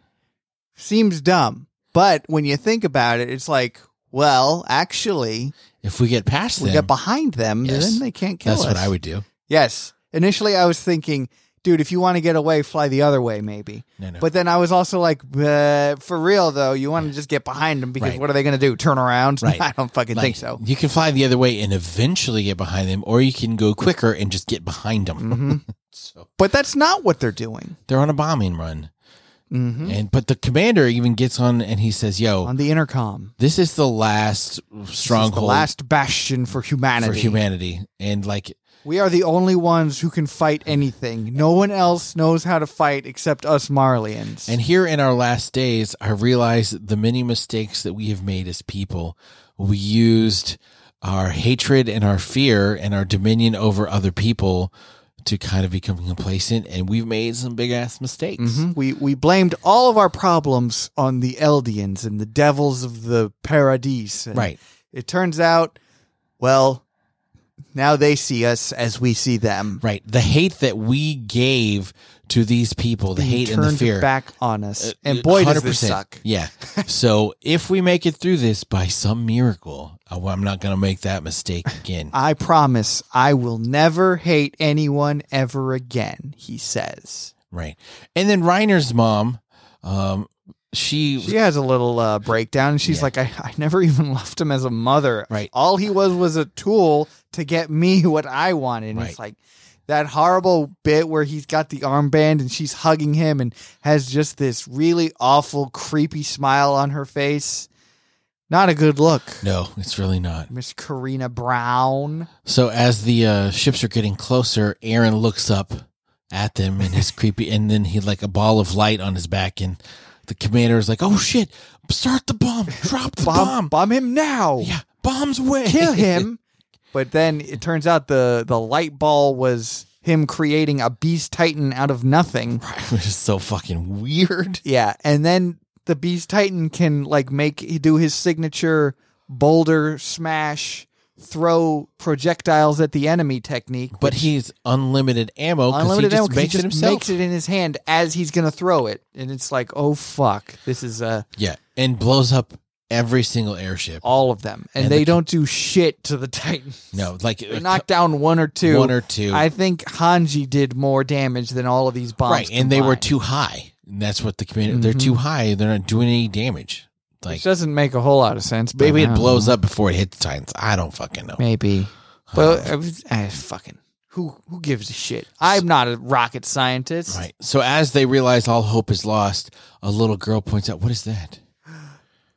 S1: seems dumb. But when you think about it, it's like, well, actually,
S2: if we get past
S1: we
S2: them,
S1: get behind them,
S2: Yes.
S1: then they can't kill
S2: that's
S1: us.
S2: what I would do.
S1: Yes. Initially, I was thinking, dude, if you want to get away, fly the other way, maybe.
S2: No, no.
S1: But then I was also like, uh, for real though, you want to just get behind them because
S2: Right.
S1: what are they going to do? Turn around?
S2: Right.
S1: I don't fucking
S2: Like,
S1: think so.
S2: You can fly the other way and eventually get behind them, or you can go quicker and just get behind them.
S1: hmm
S2: So
S1: But that's not what they're doing.
S2: they're on a bombing run,
S1: hmm
S2: and but the commander even gets on and he says, "Yo,
S1: On the intercom,
S2: this is the last
S1: This is
S2: stronghold
S1: the last bastion for humanity.
S2: for humanity," and like
S1: We are the only ones who can fight anything. No one else knows how to fight except us Marlians.
S2: And here in our last days, I realized the many mistakes that we have made as people. We used our hatred and our fear and our dominion over other people to kind of become complacent, and we've made some big ass mistakes.
S1: Mhm. We we blamed all of our problems on the Eldians and the devils of the Paradis. And
S2: Right.
S1: It turns out, well, now they see us as we see them.
S2: Right. The hate that we gave to these people, the
S1: Being
S2: hate and the
S1: turned
S2: fear.
S1: back on us,
S2: Uh,
S1: and boy does this
S2: 100%.
S1: suck.
S2: Yeah. so if we make it through this by some miracle, oh, I'm not going to make that mistake again.
S1: I promise I will never hate anyone ever again. He says
S2: right. And then Reiner's mom, um, she,
S1: she has a little uh, breakdown. And she's
S2: Yeah.
S1: like, I, "I never even loved him as a mother.
S2: Right.
S1: All he was was a tool to get me what I wanted." And
S2: Right.
S1: it's like that horrible bit where he's got the armband and she's hugging him and has just this really awful, creepy smile on her face. Not a good look,
S2: no, it's really not.
S1: Miss Karina Brown.
S2: So as the uh, ships are getting closer, Aaron looks up at them and his creepy, and then he like a ball of light on his back, and the commander is like, "Oh shit! Start the bomb! Drop the
S1: Bomb,
S2: bomb!
S1: bomb him now.
S2: Yeah, bombs away!
S1: Kill him. but then it turns out the the light ball was him creating a beast titan out of nothing.
S2: Right, which is so fucking weird.
S1: Yeah, and then the Beast Titan can like make he do his signature boulder smash, throw projectiles at the enemy technique.
S2: But he's unlimited ammo because Oh, he
S1: unlimited
S2: just
S1: ammo 'cause
S2: makes
S1: he
S2: it
S1: just
S2: himself.
S1: makes it in his hand as he's gonna throw it, and it's like, oh fuck, this is uh
S2: Yeah, and blows up every single airship.
S1: all of them, and,
S2: And
S1: they
S2: the-
S1: don't do shit to the Titan.
S2: No, like uh,
S1: They knock down one or two.
S2: one or two.
S1: I think Hanji did more damage than all of these bombs.
S2: right, and they were
S1: combined.
S2: too high. And that's what the commander. They're
S1: Mhm.
S2: too high. They're not doing any damage. like
S1: Which doesn't make a whole lot of sense. but
S2: maybe
S1: I
S2: it
S1: don't
S2: blows
S1: know.
S2: up before it hits the Titans. I don't fucking know.
S1: Maybe. But I, was- I fucking who who gives a shit? I'm not a rocket scientist.
S2: Right. So as they realize all hope is lost, a little girl points out, "What is that?"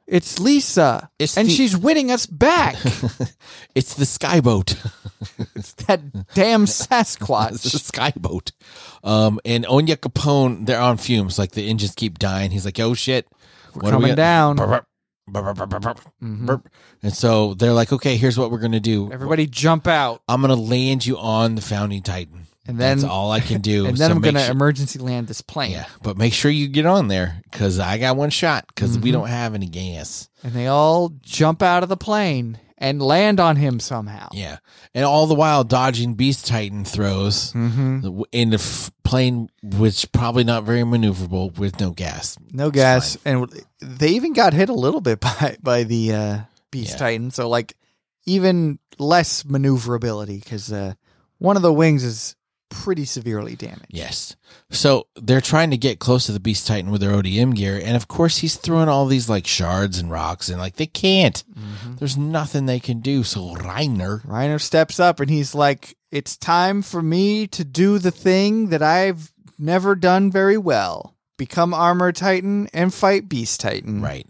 S1: It's Lisa,
S2: It's
S1: and
S2: the-
S1: she's winning us back.
S2: it's the skyboat.
S1: that damn
S2: it's the
S1: Sasquatch.
S2: skyboat. Um, and Onya Capone, they're on fumes. Like the engines keep dying. He's like, "Oh shit,
S1: We're
S2: what are we
S1: coming down.
S2: gonna-" Burp, burp, burp, burp, burp, burp,
S1: Mhm.
S2: burp. And so they're like, "Okay, here's what we're gonna do.
S1: Everybody jump out,
S2: I'm gonna land you on the founding Titan.
S1: and then
S2: That's all I can do.
S1: and then
S2: So
S1: I'm
S2: make
S1: gonna
S2: sure-
S1: emergency land this plane.
S2: Yeah, but make sure you get on there because I got one shot because we
S1: Mhm.
S2: don't have any gas.
S1: And they all jump out of the plane and land on him somehow.
S2: Yeah, and all the while dodging Beast Titan throws
S1: Mm-hmm.
S2: the- in the f- plane, which probably not very maneuverable with no gas.
S1: No gas, and they even got hit a little bit by by the uh, Beast
S2: Yeah.
S1: Titan. So like even less maneuverability because uh, one of the wings is pretty severely damaged.
S2: Yes, so they're trying to get close to the Beast Titan with their ODM gear, and of course he's throwing all these like shards and rocks, and like they can't.
S1: Mhm.
S2: There's nothing they can do. So Reiner,
S1: Reiner steps up and he's like, "It's time for me to do the thing that I've never done very well: become Armor Titan and fight Beast Titan."
S2: right?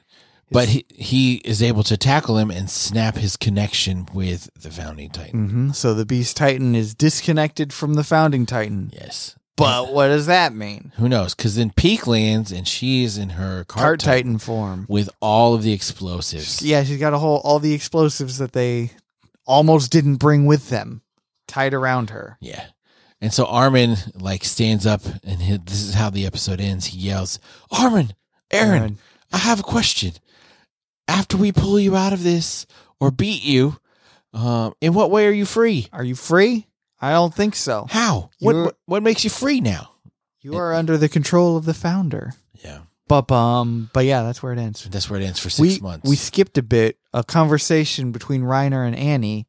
S1: His-
S2: But he, he is able to tackle him and snap his connection with the founding Titan.
S1: hmm So the Beast Titan is disconnected from the Founding Titan.
S2: Yes.
S1: Mm-hmm. But what does that mean?
S2: Who knows? Because then Peak lands and she's in her cart,
S1: Cart
S2: Titan
S1: Titan form.
S2: with all of the explosives.
S1: Yeah, she's got a whole all the explosives that they almost didn't bring with them tied around her.
S2: Yeah. And so Armin like stands up and he, this is how the episode ends. He yells, "Armin, Aaron,
S1: Aaron.
S2: I have a question. After we pull you out of this or beat you, um, in what way are you free?
S1: Are you free? I don't think so.
S2: How? What,
S1: You're-
S2: what what makes you free now?"
S1: You are under the control of the founder.
S2: Yeah,
S1: But um but yeah, that's where it ends.
S2: that's where it ends for six
S1: We
S2: months.
S1: we skipped a bit, a conversation between Reiner and Annie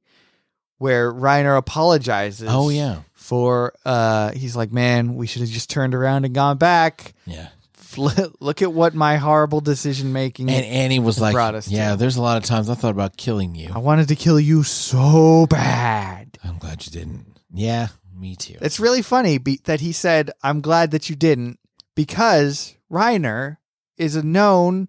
S1: where Reiner apologizes
S2: oh yeah,
S1: for uh he's like, Man, we should have just turned around and gone back.
S2: yeah.
S1: Look at what my horrible decision making
S2: And Annie was like,
S1: brought us
S2: "Yeah,
S1: to.
S2: there's a lot of times I thought about killing you.
S1: I wanted to kill you so bad.
S2: I'm glad you didn't. Yeah, me too.
S1: It's really funny be- that he said, I'm glad that you didn't, because Reiner is a known,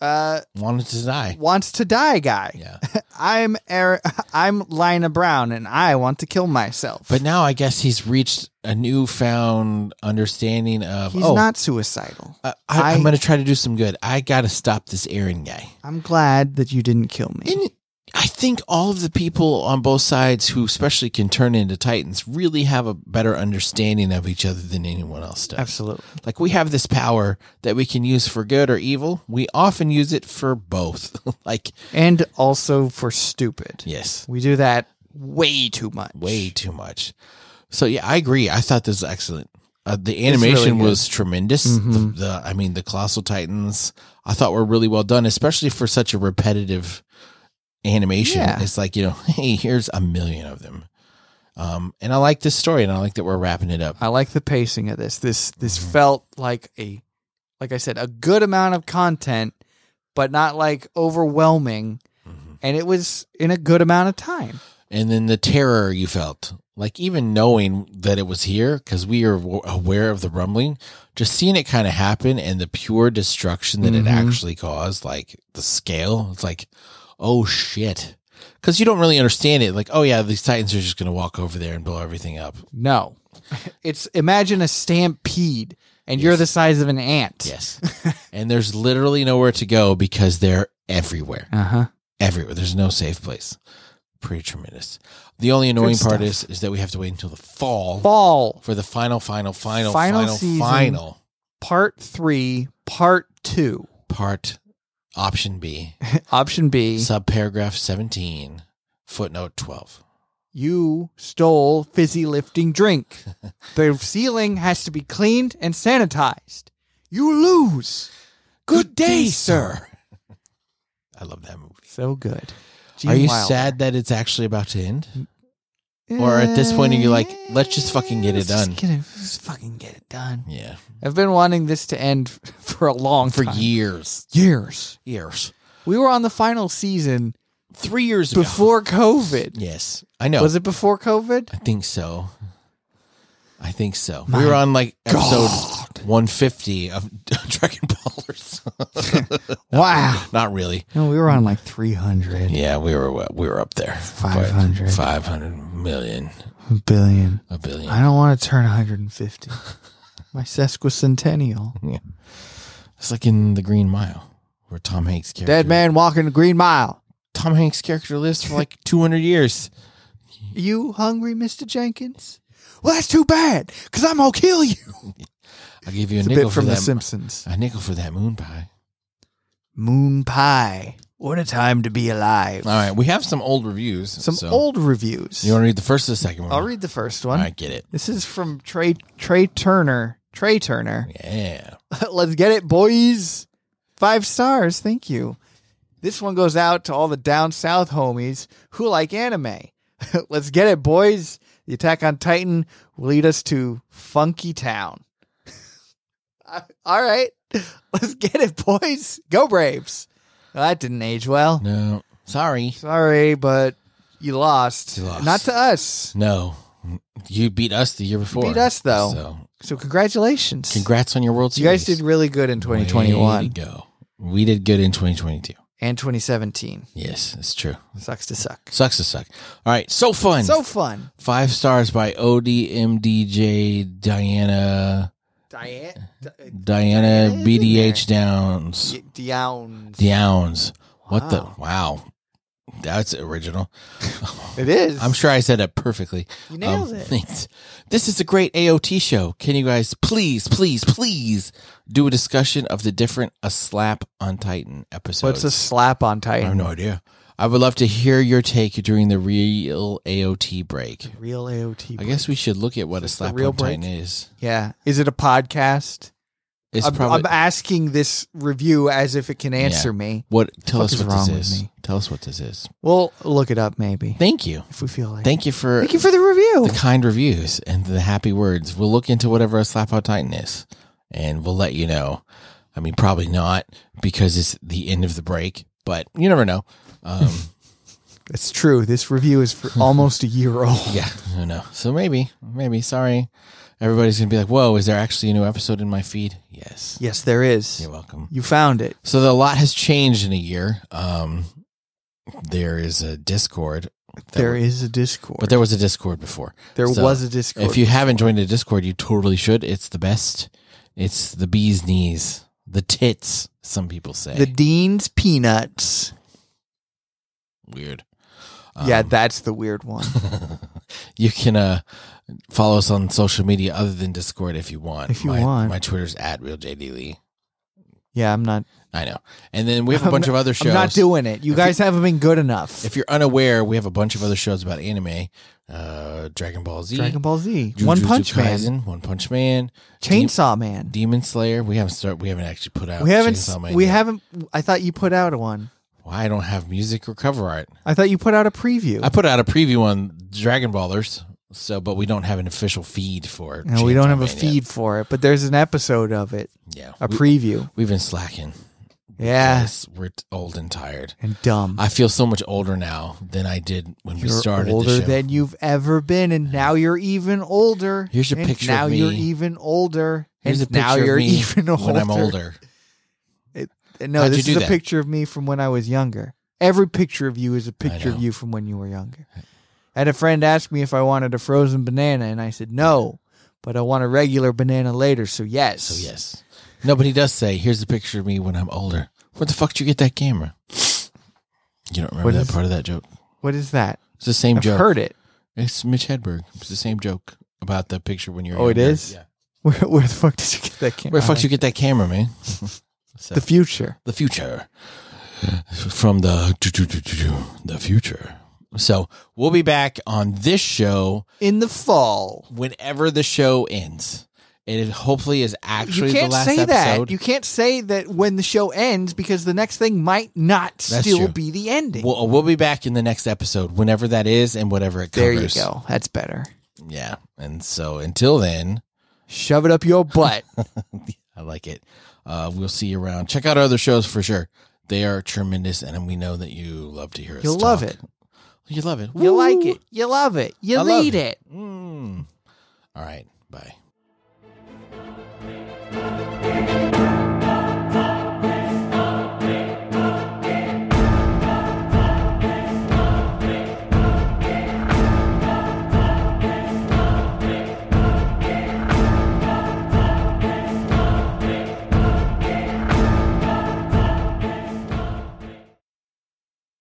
S1: uh,
S2: Wanted to die.
S1: wants to die guy.
S2: Yeah.
S1: I'm er- I'm Lina Brown and I want to kill myself.
S2: But now I guess he's reached a newfound understanding of,
S1: He's
S2: oh,
S1: not suicidal.
S2: I, I, am
S1: I-
S2: going to try to do some good. I got to stop this Aaron guy.
S1: I'm glad that you didn't kill me.
S2: And I think all of the people on both sides who especially can turn into Titans really have a better understanding of each other than anyone else does.
S1: Absolutely.
S2: Like we have this power that we can use for good or evil. We often use it for both. like,
S1: And also for stupid.
S2: yes,
S1: We do that way too much.
S2: way too much. So yeah, I agree. I thought this was excellent. Uh, the
S1: really
S2: animation
S1: good.
S2: was tremendous.
S1: Mhm.
S2: The, the I mean, the colossal titans I thought were really well done, especially for such a repetitive animation.
S1: Yeah.
S2: It's like you know, hey, here's a million of them. Um, and I like this story, and I like that we're wrapping it up.
S1: I like the pacing of this. This this felt like a like I said, a good amount of content, but not like overwhelming.
S2: Mhm.
S1: And it was in a good amount of time.
S2: And then the terror you felt, like even knowing that it was here, because we are w- aware of the rumbling, just seeing it kind of happen and the pure destruction that
S1: Mhm.
S2: it actually caused, like the scale, it's like, oh shit. Because you don't really understand it. Like, oh yeah, these Titans are just going to walk over there and blow everything up.
S1: No. It's imagine a stampede and you're
S2: Yes.
S1: the size of an ant.
S2: Yes. and there's literally nowhere to go because they're everywhere.
S1: Uh-huh.
S2: Everywhere. There's no safe place. Pretty tremendous. The only annoying
S1: stuff.
S2: part is is that we have to wait until the fall.
S1: Fall
S2: for the final, final, final,
S1: Final
S2: final,
S1: season.
S2: final
S1: part 3, part 2.
S2: part, option B,
S1: Option B.
S2: subparagraph 17, footnote 12.
S1: you stole fizzy lifting drink. the ceiling has to be cleaned and sanitized. You lose. Good day, sir.
S2: I love that movie.
S1: So good.
S2: Are
S1: Gene
S2: you
S1: Wilder. Mm.
S2: sad that it's actually about to end? Or at this point, are you like, let's just fucking get it
S1: Let's just
S2: done?
S1: get it- let's fucking get it done.
S2: Yeah.
S1: I've been wanting this to end for a long
S2: For
S1: time.
S2: years.
S1: years.
S2: Years.
S1: We were on the final season
S2: Three years ago.
S1: before COVID.
S2: Yes. I know.
S1: Was it before COVID?
S2: I think so. I think so.
S1: My
S2: we were on like episode
S1: God.
S2: 150 of Dragon Ball or something.
S1: Wow.
S2: Not really.
S1: No, we were on like 300
S2: Yeah, we were uh, we were up there.
S1: 500.
S2: But 500 million,
S1: billion.
S2: a billion.
S1: I don't want to turn 150. My sesquicentennial.
S2: It's like in The Green Mile where Tom Hanks character
S1: Dead man walking the green mile.
S2: Tom Hanks character lives for like 200 years.
S1: You hungry, Mr. Jenkins? Well, that's too bad, because I'm going to kill you.
S2: I'll give you a
S1: It's a
S2: nickel
S1: bit from
S2: for
S1: The
S2: that
S1: Simpsons.
S2: a nickel for that moon pie.
S1: Moon pie. What a time to be alive.
S2: All right, we have some old reviews.
S1: Some
S2: so-
S1: old reviews.
S2: You want to read the first or the second one?
S1: I'll read the first one.
S2: All right, get it.
S1: This is from Trey Trey Turner. Trey Turner.
S2: Yeah.
S1: Let's get it, boys. Five stars. Thank you. This one goes out to all the down south homies who like anime. Let's get it, boys. The Attack on Titan will lead us to Funky Town. I- all right. Let's get it, boys. Go Braves. Well, that didn't age well.
S2: No. Sorry.
S1: Sorry, but you lost.
S2: You lost.
S1: Not to us.
S2: No. You beat us the year before.
S1: beat us, though.
S2: So,
S1: So congratulations.
S2: congrats on your World
S1: You
S2: Series.
S1: guys did really good in 2021
S2: Way to go. We did good in 2022.
S1: and 2017.
S2: Yes, it's true.
S1: Sucks to suck.
S2: Sucks to suck. All right, so fun.
S1: So fun.
S2: Five stars by ODMDJ Diana
S1: Diane. uh,
S2: Diana
S1: Diana's
S2: BDH
S1: in
S2: Downs
S1: Downs.
S2: Downs. What
S1: Wow.
S2: the wow. That's original.
S1: It is.
S2: I'm sure I said it perfectly.
S1: You nailed
S2: Um,
S1: it.
S2: Thanks. This is a great AOT show. Can you guys please, please, please do a discussion of the different A Slap on Titan episodes?
S1: What's a slap on
S2: I have
S1: Titan?
S2: no idea. I would love to hear your take during the real AOT break.
S1: Real AOT.
S2: I guess we should look at what a
S1: this the
S2: slap
S1: real
S2: on Titan
S1: break?
S2: is.
S1: Yeah. Is it a podcast?
S2: It's
S1: I'm,
S2: probably
S1: I'm asking this review as if it can answer me.
S2: what. Tell
S1: fuck
S2: us
S1: is
S2: what
S1: wrong with
S2: this is.
S1: me?
S2: Tell us what this is.
S1: We'll look it up maybe
S2: Thank you.
S1: if we feel like.
S2: Thank you for
S1: Thank you for the review.
S2: the kind reviews and the happy words. We'll look into whatever a slap on Titan is, and we'll let you know. I mean, probably not because it's the end of the break, but you never know. Um,
S1: It's true. This review is for almost a year old.
S2: yeah, I know. So maybe, maybe. Sorry, everybody's gonna be like, "Whoa, is there actually a new episode in my feed?" Yes,
S1: Yes, there is.
S2: you're welcome.
S1: You found it.
S2: So the, a lot has changed in a year. Um, there is a Discord. that
S1: There
S2: we-
S1: is a Discord.
S2: but there was a Discord before.
S1: There
S2: So,
S1: was a Discord.
S2: If you haven't joined a Discord, you totally should. It's the best. It's the bee's knees, the tits. Some people say
S1: the Dean's Peanuts.
S2: weird.
S1: yeah,
S2: Um,
S1: that's the weird one.
S2: you can uh, follow us on social media other than Discord if you want.
S1: If you
S2: my,
S1: want.
S2: my Twitter's at realjdlee.
S1: Yeah, I'm not.
S2: I know, and then we have a
S1: I'm
S2: bunch
S1: not-
S2: of other shows.
S1: I'm not doing it. You
S2: If
S1: guys haven't been good enough.
S2: if you're unaware, we have a bunch of other shows about anime, uh, Dragon Ball Z,
S1: Dragon Ball Z,
S2: Jujutsu
S1: One Punch Man,
S2: Kaisen, One Punch Man,
S1: Chainsaw Man.
S2: Demon Slayer. We haven't start. We haven't actually put out.
S1: We haven't.
S2: Chainsaw Man
S1: We
S2: yet.
S1: haven't. I thought you put out one.
S2: Why I don't have music or cover art.
S1: I thought you put out a preview.
S2: I put out a preview on Dragon Ballers, so but we don't have an official feed for.
S1: No, we don't
S2: Chainsaw
S1: have a
S2: Man yet.
S1: feed for it, but there's an episode of it,
S2: Yeah,
S1: a
S2: we,
S1: preview.
S2: we've been slacking.
S1: Yeah,
S2: Yes, we're t- old and tired.
S1: and dumb.
S2: I feel so much older now than I did when we
S1: You're
S2: started
S1: older
S2: the show.
S1: than you've ever been, and now you're even older.
S2: Here's a
S1: and
S2: picture of
S1: Now you're
S2: me.
S1: even older.
S2: Here's a
S1: and
S2: picture
S1: now
S2: of
S1: you're
S2: me
S1: even older.
S2: when I'm older.
S1: No,
S2: How'd you
S1: this
S2: do
S1: is a
S2: that?
S1: picture of me from when I was younger. Every picture of you is a picture
S2: know.
S1: of you from when you were younger. I had a friend ask me if I wanted a frozen banana, and I said no, but I want a regular banana later. So yes,
S2: So yes, nobody does say. Here's a picture of me when I'm older. Where the fuck did you get that camera? You don't remember
S1: What
S2: that
S1: is-
S2: part of that joke?
S1: What is that?
S2: It's the same
S1: I've
S2: joke.
S1: heard it.
S2: It's Mitch Hedberg. It's the same joke about the picture when you're.
S1: Oh, it
S2: younger.
S1: is?
S2: Yeah.
S1: Where, where the fuck did you get that camera?
S2: Where the fuck did you get that camera, man? so,
S1: the
S2: the,
S1: future?
S2: future from the the future. So we'll be back on this show
S1: In the fall.
S2: whenever the show ends. It is- hopefully is actually
S1: you can't
S2: the last
S1: say
S2: episode.
S1: that. You can't say that when the show ends because the next thing might not
S2: That's
S1: still
S2: true.
S1: be the ending.
S2: We'll, uh, we'll be back in the next episode, whenever that is, and whatever it
S1: there you
S2: covers.
S1: go. That's better.
S2: Yeah. And so until then,
S1: Shove it up your butt.
S2: I like it. Uh, we'll see you around. Check out our other shows for sure. They are tremendous, and we know that you love to hear us.
S1: You'll love
S2: talk.
S1: it.
S2: You love it.
S1: You like
S2: Woo!
S1: it. You love it. You
S2: I love
S1: need
S2: it.
S1: it.
S2: Mm. All right. Bye.